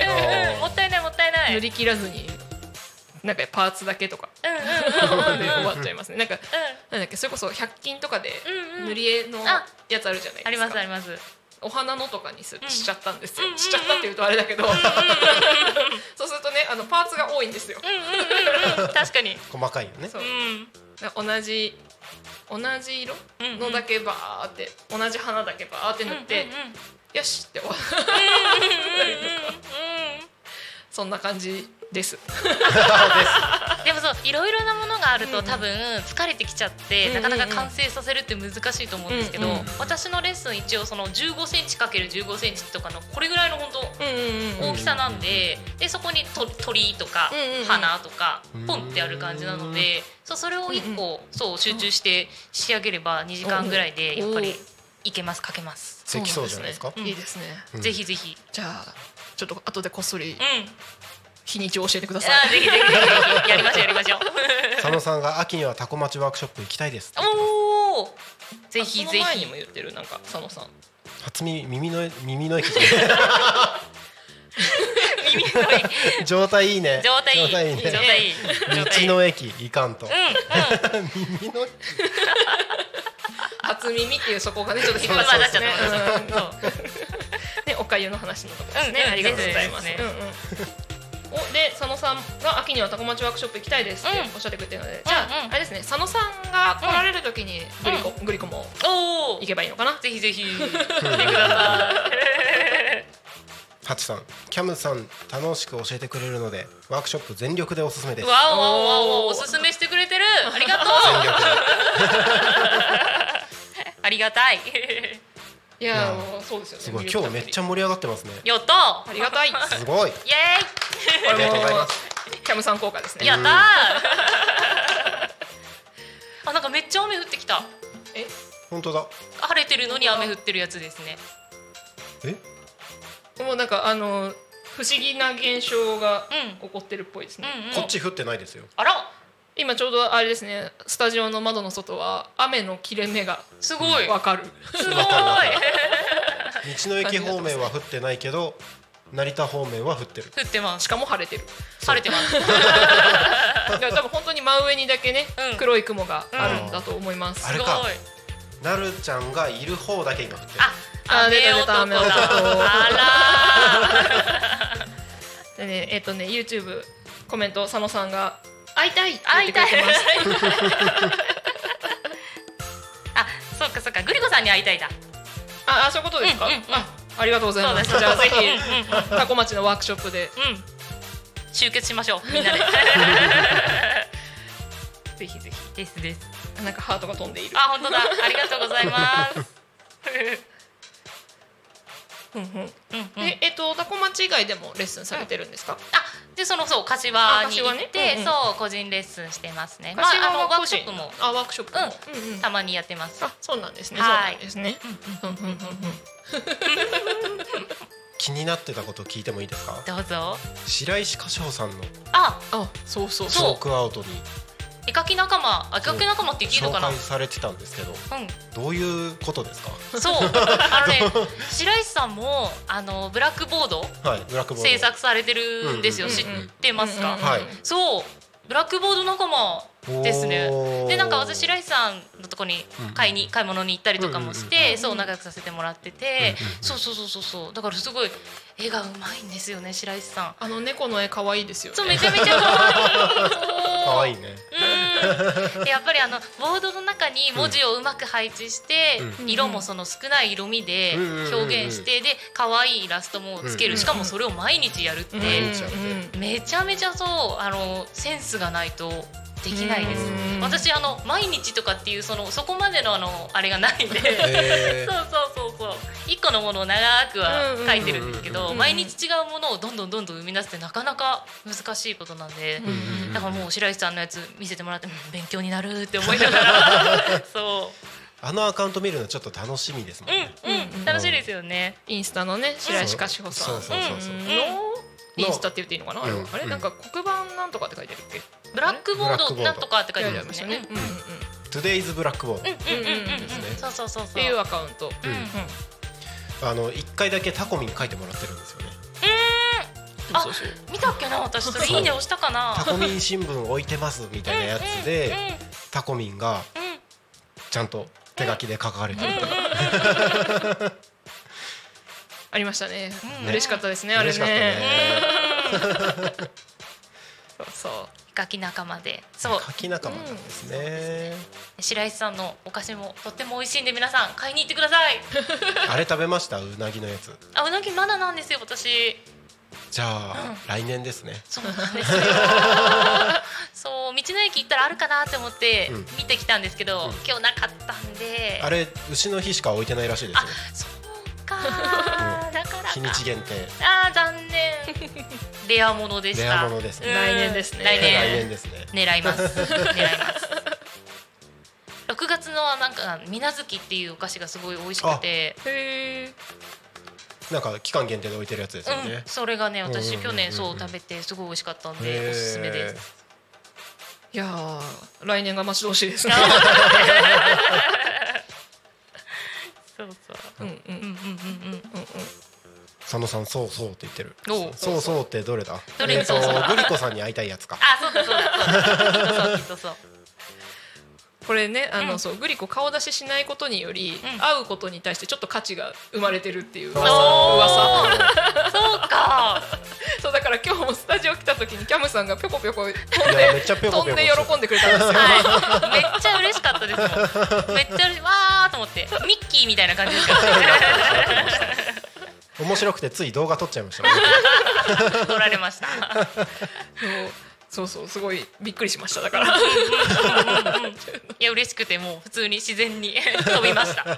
うんうんもったいないもったいない。
塗り切らずになんかパーツだけとか
うんうん
で
うんうんうん
終わっちゃいますねなんか
う
なんだっけそれこそ100均とかで
うんうん
塗り絵の
あ
やつあるじゃないですか
ん。ありますあります。
お花のとかにす
うん
しちゃったんですよ、
うんうんうん
しちゃったって言うとあれだけど そうするとねあのパーツが多いんですよ
うんうんうんうん。確かに。。
細かいよね
そううんだから同じ同じ色
うんうん
のだけバーって同じ花だけバーって塗って、
うんうんうん
よしって終わる
うんうんうんうん
そんな感じです。
でもそういろいろなものがあると、
うん
多分疲れてきちゃっ
う
て、
んうんうん
なかなか完成させるって難しいと思うんですけど、
うんうん
私のレッスン一応その1 5センチ ×15 センチとかのこれぐらいの本当
うんうんうん
大きさなんで,、でそこにと鳥とか、
うんうんうん
花とかポンってある感じなので、そうそれを一個、そう集中して仕上げれば2時間ぐらいでやっぱりいけます書けます。
できそうじゃないですか
そうんねいいですね。
うん
ぜひぜひ、
じゃあちょっと後でこっそり
うん、あ
日にちを教えてください。
ーぜひぜひぜひやりましょうやりましょう。
佐野さんが秋にはタコ町ワークショップ行きたいですって
おお、ぜひ
あそ
ぜ
の前に
ひ
も。言ってるなんか佐野さん。
初耳耳の耳の駅じゃない
耳のいい
状態いいね
状態いい。状態いい。
ね
状態いい
道の駅行かんと、
うん、うん、
耳の駅
初耳っていうそこがねちょっと引っ張
ま
っ
あ
ちゃ
ま
う
あ
ん
出
で
しち
すね。うん
ゃったもんそう
ねおかゆの話のとこですね
うん。うん
ありがとうございます。
ぜ
う
ひ
んうんおで佐野さん が秋にはタコ町ワークショップ行きたいですって
うん
おっしゃってくれてるので、じゃあ、
うんうん
あれですね佐野さんが来られる時にグリコ、グリコも
おお
行、けばいいのかな。
ぜひぜひ。来てくださ
ハチさんキャムさん楽しく教えてくれるのでワークショップ全力でおすすめで
い。
す
わおわおわ
お
お、
ー
おすすめしてくれてる。ありがとう。
全力で
ありがたい。
いやー
いやー
もうそうですよね。
すごい今日めっちゃ盛り上がってますね
やった
ありがたい。
すごい
イエ
こ
あり
れ
が
も
とうございま
キャムさん効果です
ーイ。
ね。
やったー。 あ、なんかめっちゃ雨降ってきた。
え
本当だ
晴れてるのに雨降ってるやつですね。
え
もうなんかあの不思議な現象が
う
起
ん
こってるっぽいですね。
うん、う
こっ
ん。
ち降ってないですよ
あら、
今ちょうどあれですねスタジオの窓の外は雨の切れ目が
すごい。
わかる。
すごい。
道の駅方面は降ってないけど成田方面は降ってる
降ってます
し。かも晴れてる。
晴れてます。
だから多分本当に真上にだけね、
うん
黒い雲があるんだと思います。
あれ
すご
か
い。
なるちゃんがいる方だけ今降ってる
あ、
あ出た出た
雨男だ
雨男
あらー。
でねえっ、とね YouTube コメント佐野さんが会いたいって言って
会
く
いた
れ
い
てます。。
あ、そっかそっか、グリコさんに会いたいだ。
ああそういうことですか。
うんうんうん
あありがとうござい
そう
ま
だ
す。
そう
じゃあ
だ。
ぜ
うんうん
ひタコ町のワークショップで
うん。集結しましょう。みん なで。
ぜひぜひ
ですです。
なんかハートが飛んでいる。
あ、本当だ。ありがとうございます。
うんうん。
うんうん
でえっ、とタコ町以外でもレッスンされてるんですか。
あ、でそのそう柏に行
あ柏
っ
ね
て、
うんうん
そう個人レッスンしてますね。まあ
柏は
あのワー
個
クシ
人
ョップも
あワークショップも。うんうん
たまにやってます。
あそうなんですね。そう
は
ないんですね。うんうんうんうん。
気になってたこと聞いてもいいですか
どうぞ。
白石歌唱さんの
あ、
あそうそう
チ
そう。
ョークアウトに
絵描き仲間、あ絵描き仲間って言っていいの
紹
かな。
介されてたんですけど
うん。
どういうことですか
そうあのね 白石さんもあのブラックボード
はいブラックボード
制作されてるんですよ、
うんうん
知ってますか、
うん
はい
そうブラックボード仲間ですね
おー
でなんか私白石さんのとこに買いに、買い物に行ったりとかもして、
うん
そう仲良くさせてもらってて、そうそうそうそうそうだからすごい絵がうまいんですよね白石さん
あの猫の絵可愛いですよ
そう
ね。
めちゃめちゃ可愛い
可愛いね
うんでやっぱりあのボードの中に文字をうまく配置して、
うん
色もその少ない色味で
うんうんうんうん
表現して、で可愛いイラストもつける、
うん
しかもそれを毎日やるって、
毎日やって
めちゃめちゃそうあのセンスがないとできないです、
うん
私あの毎日とかっていうそのそこまでのあのあれがないんで
へ
そうそうそうそう一個のものを長くは書いてるんですけ
うん
ど、
うんうん
毎日違うものをどんどんどんどん生み出すってなかなか難しいことなんで。
うん
うん
だからもう白石さんのやつ見せても らって、うん勉強になるって思いなが らそ
あのアカウント見るのちょっと楽しみですも
う、
んね
うんうん、楽しいですよね
インスタのね白石かしほさん
そうそうそうそう
の
うん
インスタって言っていいのかな、あれは
うん
あれ
うん
なんか黒板なんとかって書いてるっけ
ブラックボー
ブラックボー
ド
ド
なんとかって書い
書いて
てあり
あり
ま
ますした
よ
ね
ね、
うんうんうんっ
Today's ブラックボード
うんうんうんうんうん
です
ね
そうそうそうそう
ていうアカウント
うんうん
あの一回だけタコミン書いてもらってるんですよね
あ見たっけな私それいいね押したかな
タコミン新聞置いてますみたいなやつでタコミンが
うんうんうん
ちゃんと手書きで書かれてる
ありましたね、
うん
嬉しかったですねあれ
嬉
ね
しかったね
そうそう
ガキ仲間でそう
書き仲間なんですね
白石さんのお菓子もとっても美味しいんで皆さん買いに行 ってください
あれ食べましたうなぎのやつ
あうなぎまだなんですよ私
じゃあ、来年ですね
そうなんです よそう道の駅行ったらあるかなって思って
うん
見てきたんですけど、
うん
今日なかったんで
あれ牛の日しか置いてないらしいですよ
そうか
う
だからか
日にち限定
あー 残念レアものでした
レアものですね
うん
来年ですね
来
え
年
ー
来年ですね
狙い ます狙います6月のなんか水無月っていうお菓子がすごい美味しくて、
へえ
なんか期間限定で置いてるやつですよ
う
ね
ん、、それがね
うんうんうん
私
うん
去年そう食べてすごい美味しかったん
へー
でおすすめです
いやー来年が待ち遠しいですね
そうそう
うんうん
うんうんうんう
う
ん
んうん
佐野さんそうそうって言ってる
おう
そうそうってどれだ
どれ
えっと
そうそう
グリコさんに会いたいやつか
あそうだそうだそうだきっとそうきっとそう
これねあの、
うん
そうグリコ顔出ししないことにより、
ん
会うことに対してちょっと価値が生まれてるっていう噂
お
噂
ー そうか
そうだから今日もスタジオ来た時にキャムさんがぴょこぴょこ
いやめっちゃぴょこぴ
飛
ょこ
んで喜んでくれたんですよ
はい、めっちゃ嬉しかったですもんめっちゃ嬉しいわーと思ってミッキーみたいな感じですよ
面白くてつい動画撮っちゃいましたね
取られました
そうそうそうすごいびっくりしましただから
いや嬉しくてもう普通に自然に 飛びました
も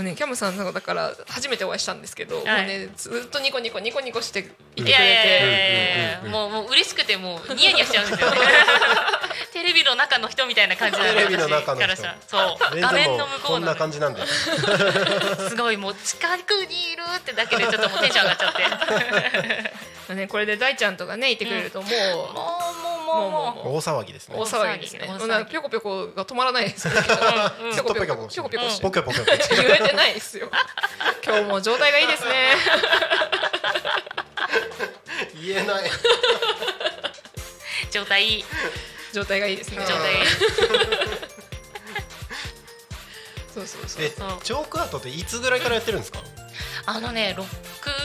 うねキャムさんのだから初めてお会いしたんですけど、もうねずっとニコニコニコニコしていてくれ
い
て
やいやいやい
うんうんうんう
や
ん
もうもう嬉しくてもうニヤニヤしちゃうん ですよねテレビの中の人みたいな感じなんで
テレビの中の人
私からしたらそう 画
で
面
も
の向こ
こ
うんな
な
の
感じなんだよ
すごいもう近くにいるってだけでちょっともうテンション上がっちゃって
ねこれで大ちゃんとかねいてくれるとも
も
う、
うもうもうもう
大騒ぎですね
大騒ぎですね
大騒ぎ
もうなんかぴょこぴょこが止まらないですね
うんうん
ずっとぴょこ
ぴょこ
ぴ
ぴ
ょこ
ょこ
し
してて
ポケポケ
言えてないですよ今日も状態がいいですね
言えない
状態いい
状態がいいですね
状態いい
そうそうそう
でチョークアートっていつぐらいからやってるんですか
あのね6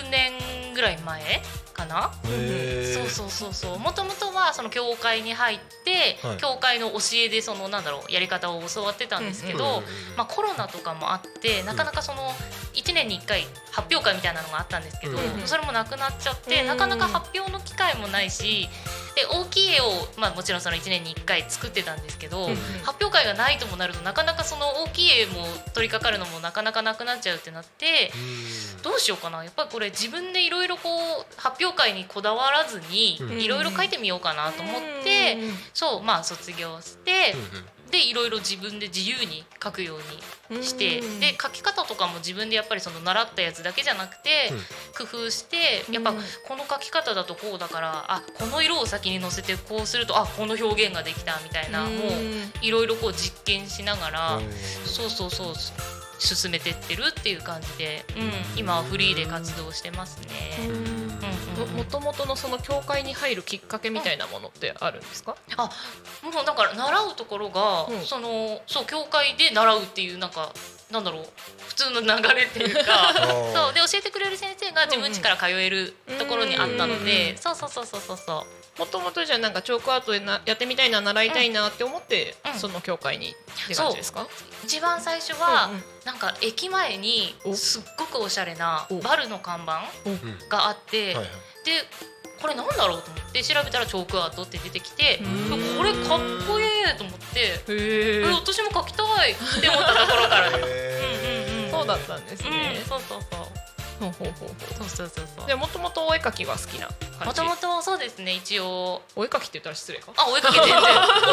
年ぐらい前かな
へ
そうそうそうそうもともとはその教会に入って、
はい
教会の教えでそのなんだろうやり方を教わってたんですけど、まあ、コロナとかもあってなかなかその1年に1回発表会みたいなのがあったんですけど、
うん
それもなくなっちゃって、
うん
なかなか発表の機会もないしで大きい絵を、まあ、もちろんその1年に1回作ってたんですけど、
うんうん
発表会がないともなるとなかなかその大きい絵も取り掛かるのもなかなかなくなっちゃうってなって。どうしようかなやっぱりこれ自分でいろいろこう発表会にこだわらずに
うん
いろいろ書いてみようかなと思って、そうまあ卒業して、でいろいろ自分で自由に書くように
うん
して
うん
で書き方とかも自分でやっぱりその習ったやつだけじゃなくて
うん
工夫してやっぱ
うん
この書き方だとこうだからあこの色を先にのせてこうするとあこの表現ができたみたいなもういろいろこう実験しながらそうそうそう進めてってるっていう感じでうん今はフリーで活動してますね。う
も
んうんうん
もともとのその教会に入るきっかけみたいなものってあるんですか？
もうだから習うところが、
うん
そのそう教会で習うっていうなんかなんだろう普通の流れっていうか
ー
そうで教えてくれる先生が自分家から通えるところにあったの
うんう
で、
ん
そうそうそうそうそうそう
もともとじゃあなんかチョークアートでなやってみたいな習いたいなって思って、
うん
その教会にって感じですか？
一番最初は、
うんうん
なんか駅前に
お
すっごくおしゃれな
お
バルの看板
お
があって、
はいはい
でこれなんだろうと思って調べたらチョークアートって出てきて
うん
これかっこいいと思って。
へ
え
え。
私も描きたいって思ったところからね。うんうんうん
そうだったんですね
うん、。そうそうそう。
ほうほうほうほう
そうそうそうそう。
でもともとお絵描きが好きな
も
感じ
と。もとそうですね一応
お絵描きって言ったら失礼か？
あお絵かき全然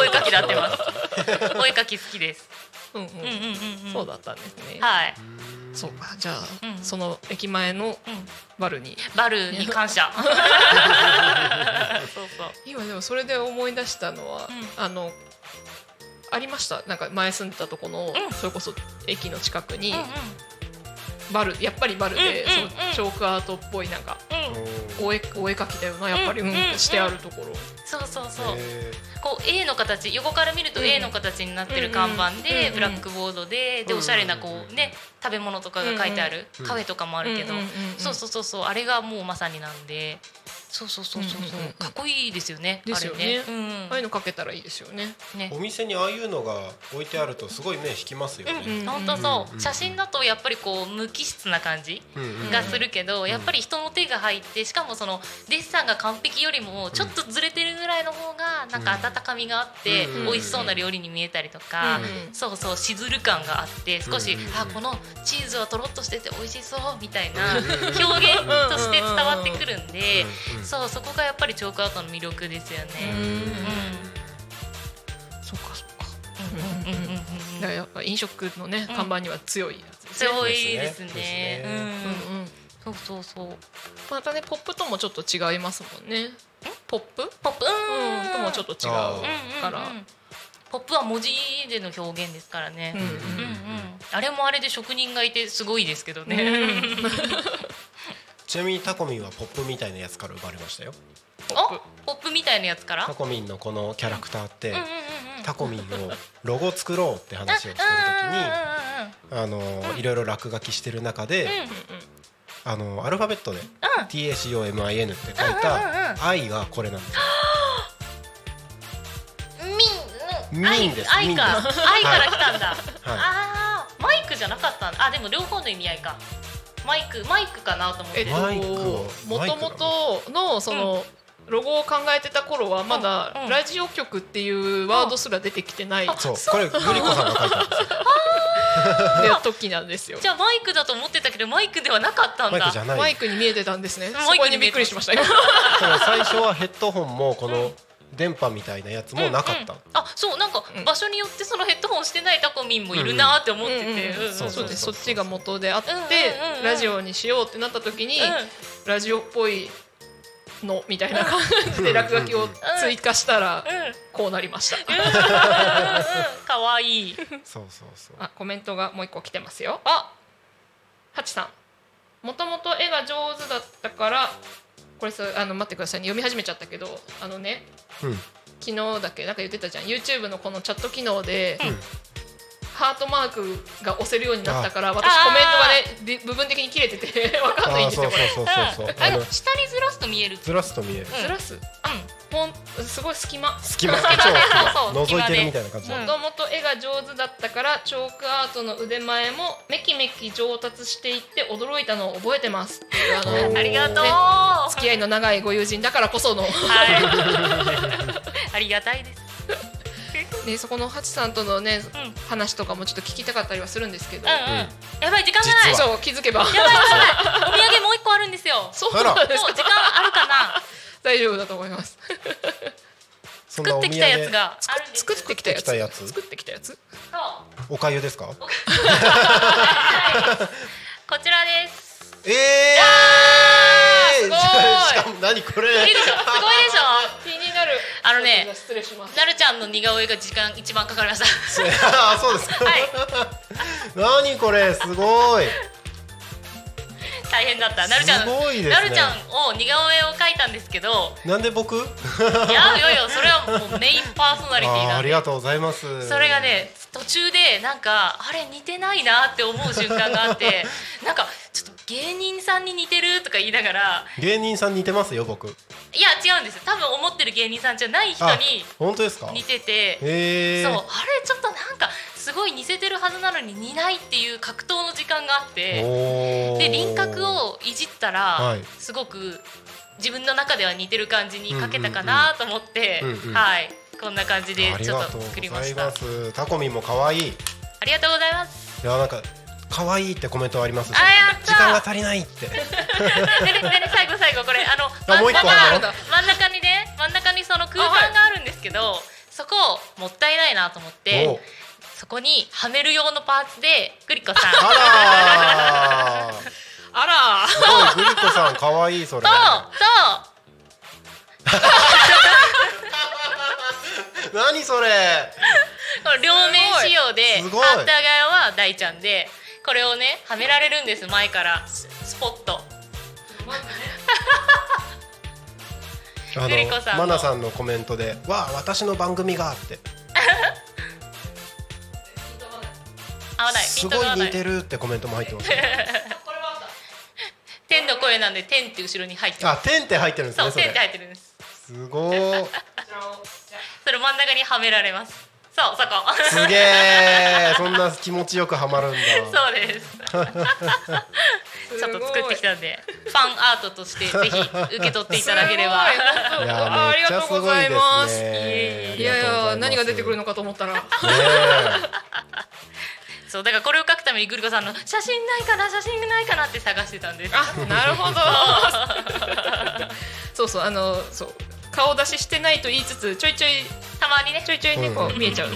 お絵かきで合ってますお絵かき好きです
うんうん。
うんうんうん、うん、
そうだったんですね。
はい、
そうか。じゃあ、
うん
その駅前の
うん、
バルに
バルに感謝 そうそう
今でもそれで思い出したのは、
う
あのありましたなんか前住んでたとこの、
うん
それこそ駅の近くに
うん
バルやっぱりバルで、
うんうんうん
そのチョークアートっぽいなんか
うんうん
お絵お絵描きだよなやっぱり、
う
うんん
うんうん
してあるところ、
そうそうそう、
へ
こう A の形横から見ると
うん
A の形になってる看板で、
うんうん
ブラックボードで、で
うん
おしゃれなこうね食べ物とかが書いてある、
うん
カフェとかもあるけど、
うんうんうんうん
そうそうそうそうあれがもうまさになんでそうそうそうそう,、
うんうんうん
かっこいいですよね
ですよね
あれね,、
ああいうのかけたらいいですよね。
うん、ね
お店にああいうのが置いてあるとすごい目引きますよ
うん
ね。
うん、本当そ
う
う、
んうん
写真だとやっぱりこう無機質な感じ
うんうん
がするけど、
ん
やっぱり人の手が入ってしかもそのデッサンが完璧よりもちょっとずれてるぐらいの方がなんか温かみがあって、
うん
美味しそうな料理に見えたりとか、
うん
そうそうしずる感があって少し、
うんうんうん
あこのチーズはとろっとしてて美味しそうみたいな
うんうんうん
表現として伝わってくるんで、
うんうん
そうそこがやっぱりチョークアートの魅力ですよね。
そうかそうか。
うんうんうんうんうん
だからやっぱ飲食のね、
うん
看板には強いやつですね。
強いです
です
ね
ね。
うんうん
うんうん。
そうそうそう。
またねポップともちょっと違いますもんね。ポップ？
ポップう
うん
ーん
ともちょっと違う
あー
か
うん
ら
うんう。んポップは文字での表現ですからね
うん。うん
うんうんあれもあれで職人がいてすごいですけどね。
ちなみにタコミンはポップみたいなやつから生まれましたよ。
おポップみたいなやつから。
タコミンのこのキャラクターって
うんうんうんうん。
タコミンをロゴ作ろうって
あ
話をしてる
う
時にあのいろいろ落書きしてる中で
んうんうんうん
あのアルファベットで TACOMIN って書い
うんうんうん
た「I」がこれなんですよ。
うん。ミンの。
ミンです
愛
ミンで
愛か。
す
愛から来たんだ。
は
ああマイクじゃなかったんだ。あでも両方の意味合いか。マイクマイクかなと思って。
え
う
っ
ん
と
うん
マイクを
もともとのその、ロゴを考えてた頃はまだ
うんうん
ラジオ局っていうワードすら出てきてない
い、そうこれグリコさんが書いたんですよ
時なんですよ
じ。ゃあマイクだと思ってたけどマイクで はなかったんだ。
マイクじゃな
マ
い
イクに見えてたんですね。そ
マイ
こ
ク
にびっ
に見えてた
くりしました今。
だから最初はヘッドホンもこ
う
の電波みたいなやつもなかった、
うんうんあそうなんか
うん
場所によってそのヘッドホンしてないタコミンもいるなーって思ってて、
うんうん
そう
そうです。そ
そうそうそう
っちが元であって
うんうんうんうん
ラジオにしようってなった時に
うん
ラジオっぽいのみたいな感じで落書きを追加したら
うんうん
こうなりました。
可愛いい
そうそうそう
あコメントがもう一個来てますよあハチさんもともと絵が上手だったからこれさあの待ってくださいね読み始めちゃったけどあのね
うん
昨日だっけなんか言ってたじゃん YouTube のこのチャット機能で、ハートマークが押せるようになったから私
あー
コメントがねで部分的に切れてて わかんないん
あー
です
そう
よこ
そうそうそう
れ
そう
あ
あ
の
の
下にずらすと見える
ずらすと見える
うん
ずらす
う
ほんすごい隙間
隙間超
そう隙
覗い
間
て
ね
るみたいな感じだ、
う
も
ん
ともと絵が上手だったからチョークアートの腕前もめきめき上達していって驚いたのを覚えてますっていうあの
お
ん
ー
ありがとう、
ね
は
付き合いの長いご友人だからこその、
いありがたいです
ね、そこのハチさんとのね
うんうんうん
話とかもちょっと聞きたかったりはするんですけど、
やばい時間がない
実は
そう気づけば
やばいやばいお土産もう一個あるんですよ
そうなんです
もう
か
時間あるかな
大丈夫だと思います
そんな
作
お
っ
土
て
産
きたやつがあるんです
作ってきたやつ
作ってきたやつ
作ってきたやつ
そう
おかゆですか
こちらです。
ええ
ーあーすごい
しかも何これ
すごいでしょ。
気になる
あのね
失礼します
なるちゃんの似顔絵が時間一番かかりま した。
あーそうですか、
はい
何これすごい
大変だった。なるちゃん、
すごいですね
なるちゃんを似顔絵を描いたんです けど、
なんで僕
いやいやいや、それはもうメインパーソナリティ
あー
な
あ
ん
り
で。
がとうございます
それがね途中でなんかあれ似てないなって思う瞬間があって なんかちょっと芸人さんに似てるとか言いながら
芸人さん似てますよ僕
いや違うんですよ多分思ってる芸人さんじゃない人
あ
に
本当ですか
似てて
ええ
そうあれちょっとなんかすごい似せてるはずなのに似ないっていう格闘の時間があって
おー
で輪郭をいじったら、
はい
すごく自分の中では似てる感じに描けたかなと思って、
うんうんうん
はいこんな感じで
あり
ちょ
が
っ
と
と
う
作り
ご
ま
ざい
したあ
ますタコミンも可愛いい
りがとうございます
やなんか可愛いってコメントありますし
あやった
時間が足りないって
でででで最後最後これあの
あもう一個
真
あ
ん
る
中
の
真ん中にね真ん中にその空間があるんですけど、そこをもったいないなと思っ
お
てそこにはめる用のパーツでグリコさん
あらー
あら
すごいグリコさん可愛いそれ
とと
何それ
この両面仕様です反
ごい
対側は大ちゃんでこれをねはめられるんです前からススポッと
あ
グリコさん
マ
の
ナさんのコメントで「わあ私の番組が」って
合わないピ
す
ント
ご
が合わ
い
な
似
い
てるってコメントも入ってます
これは
天の声声なんで「天」って後ろに入ってま
あ点って入ってるんです
すそ
ねそ
う「天」って
れ
入ってるんです
すごー
ちらをじゃ
それ真ん中にはめられますそうそこ
すげえそんな気持ちよくはまるんだ
そうです ちょっと作ってきたんでファンアートとしてぜひ受け取っていただければ
すごい本当
い
あ
や
あ
め
り
っち
が
ゃ
と
す
うご
ご
ざ
い
い
で
ますす
ね
いやいや何が出てくる
の
のかと思ったら
ね
そうだからこれを書くためにグリコさんの写真ないかな写真ないかなって探してたんです
あなるほど そうそうあのそう顔出ししてないと言いつつちょいちょい
たまにね
ちょいちょいね
う
こうん見えちゃう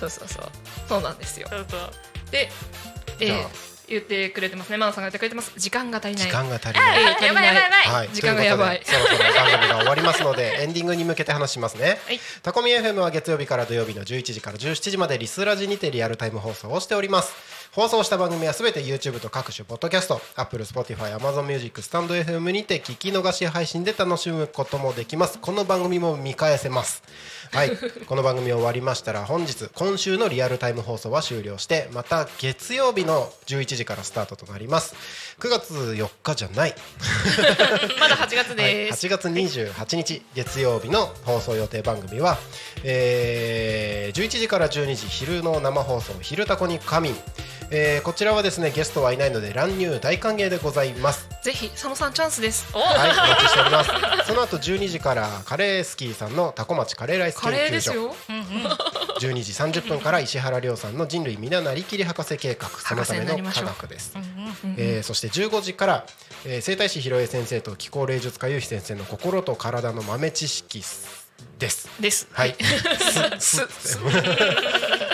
そうそうそうそうなんですよ
そうそう
で、え
じ
ー
ゃあ
言ってくれてますねマナさんが言ってくれてます時間が足り
え
ない
時間が足り
あ
ない
やばいやばいやばい、
はい、
時間がやばい
とうことでそろそろ番組が終わりますので エンディングに向けて話しますね、
はい
タコミ FM は月曜日から土曜日の11時から17時までリスラジにてリアルタイム放送をしております放送した番組はすべて YouTube と各種ポッドキャスト Apple、Spotify、Amazon Music、スタンド FM にて聞き逃し配信で楽しむこともできますこの番組も見返せますはい この番組終わりましたら本日今週のリアルタイム放送は終了してまた月曜日の11時からスタートとなります9月4日じゃない
まだ8月
はい、
です、
8月28日月曜日の放送予定番組は、えー11時から12時昼の生放送「昼タコに仮眠」えーこちらはですねゲストはいないので乱入大歓迎でございます。
ぜひ佐野さんチャンスです
お
はい、お待ちしております。その後12時からカレースキーさんのタコ町カレーライス
カ
研
レー
究
です
所、
よ
12時30分から石原亮さんの人類皆なりきり博士計画そのための科学です。えーそして15時から、えー、整体師広江先生と気候霊術家ゆうひ先生の心と体の豆知識です。
です
はい。すす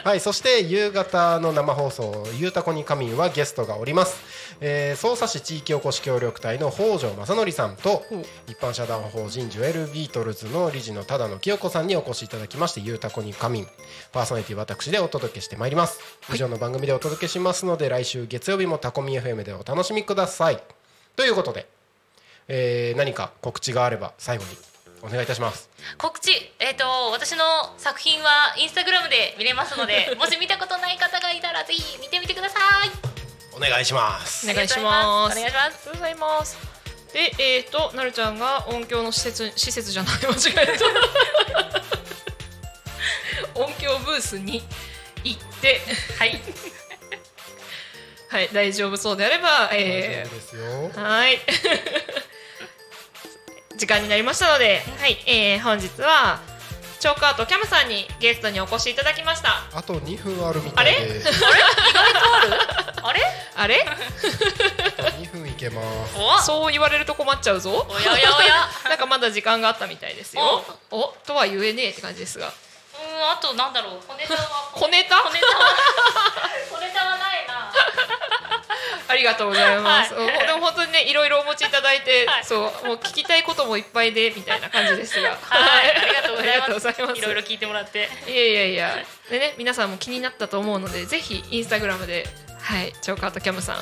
はい、そして夕方の生放送「ゆうたこに仮眠」はゲストがおります、えー、匝瑳市地域おこし協力隊の北条正則さんと一般社団法人ジュエルビートルズの理事の多田野清子さんにお越しいただきまして「ゆうたこに仮眠」パーソナリティ私でお届けしてまいります以上の番組でお届けしますので、来週月曜日もタコミ FM でお楽しみくださいということで、えー、何か告知があれば最後にお願いいたします
告知、えー、と私の作品はインスタグラムで見れます のでもし見たことない方がいたらぜひ見てみてください
お願いします
お願いします
お願いします
ありがとうございますでえー、となるちゃんが音響の施設施設じゃない間違えた音響ブースに行ってはいはい大丈夫そうであれば、えー、
ですよ。
はい。時間になりましたので、はい、えー、本日はチョークアートキャムさんにゲストにお越しいただきました。
あと2分あるみたいで。
あれ
あれ
あれ？
あと2分いけます。
おお
そう言われると困っちゃうぞ。
やおやおや
なんかまだ時間があったみたいですよ。おとは言えねえって感じですが、
うーんあとなんだろう小ネタは
小ネタ
小ネタは小ネタはないな
ありがとうございます。
はい
おでも本当にねいろいろお持ちいただいて、
はい
そうもう聞きたいこともいっぱいでみたいな感じですが、
はいありがとうござい
ありがとうご
ます
ざいます。
いろいろ聞いてもらって
いやいやいやでね皆さんも気になったと思うのでぜひインスタグラムではいチョーカーとキャムさん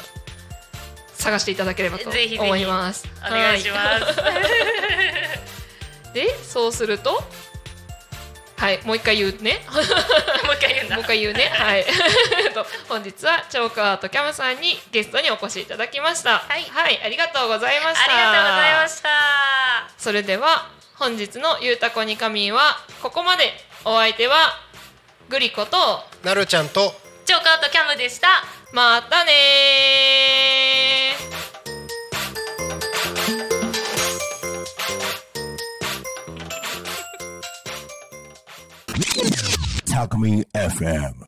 探していただければと
ぜひぜひ
思います
お願いし ます
すでそうするとはいもう一回言うね
もう一回言うんだ
もう一回言う ねはいえっと本日はチョーカーとキャムさんにゲストにお越しいただきました
はい
ありがとうございました
ありがとうございました
それでは本日の「ゆうたこにかみん」はここまでお相手はグリコと
なるちゃんと。
チョーカーとキャムでした
またねー
タクミ FM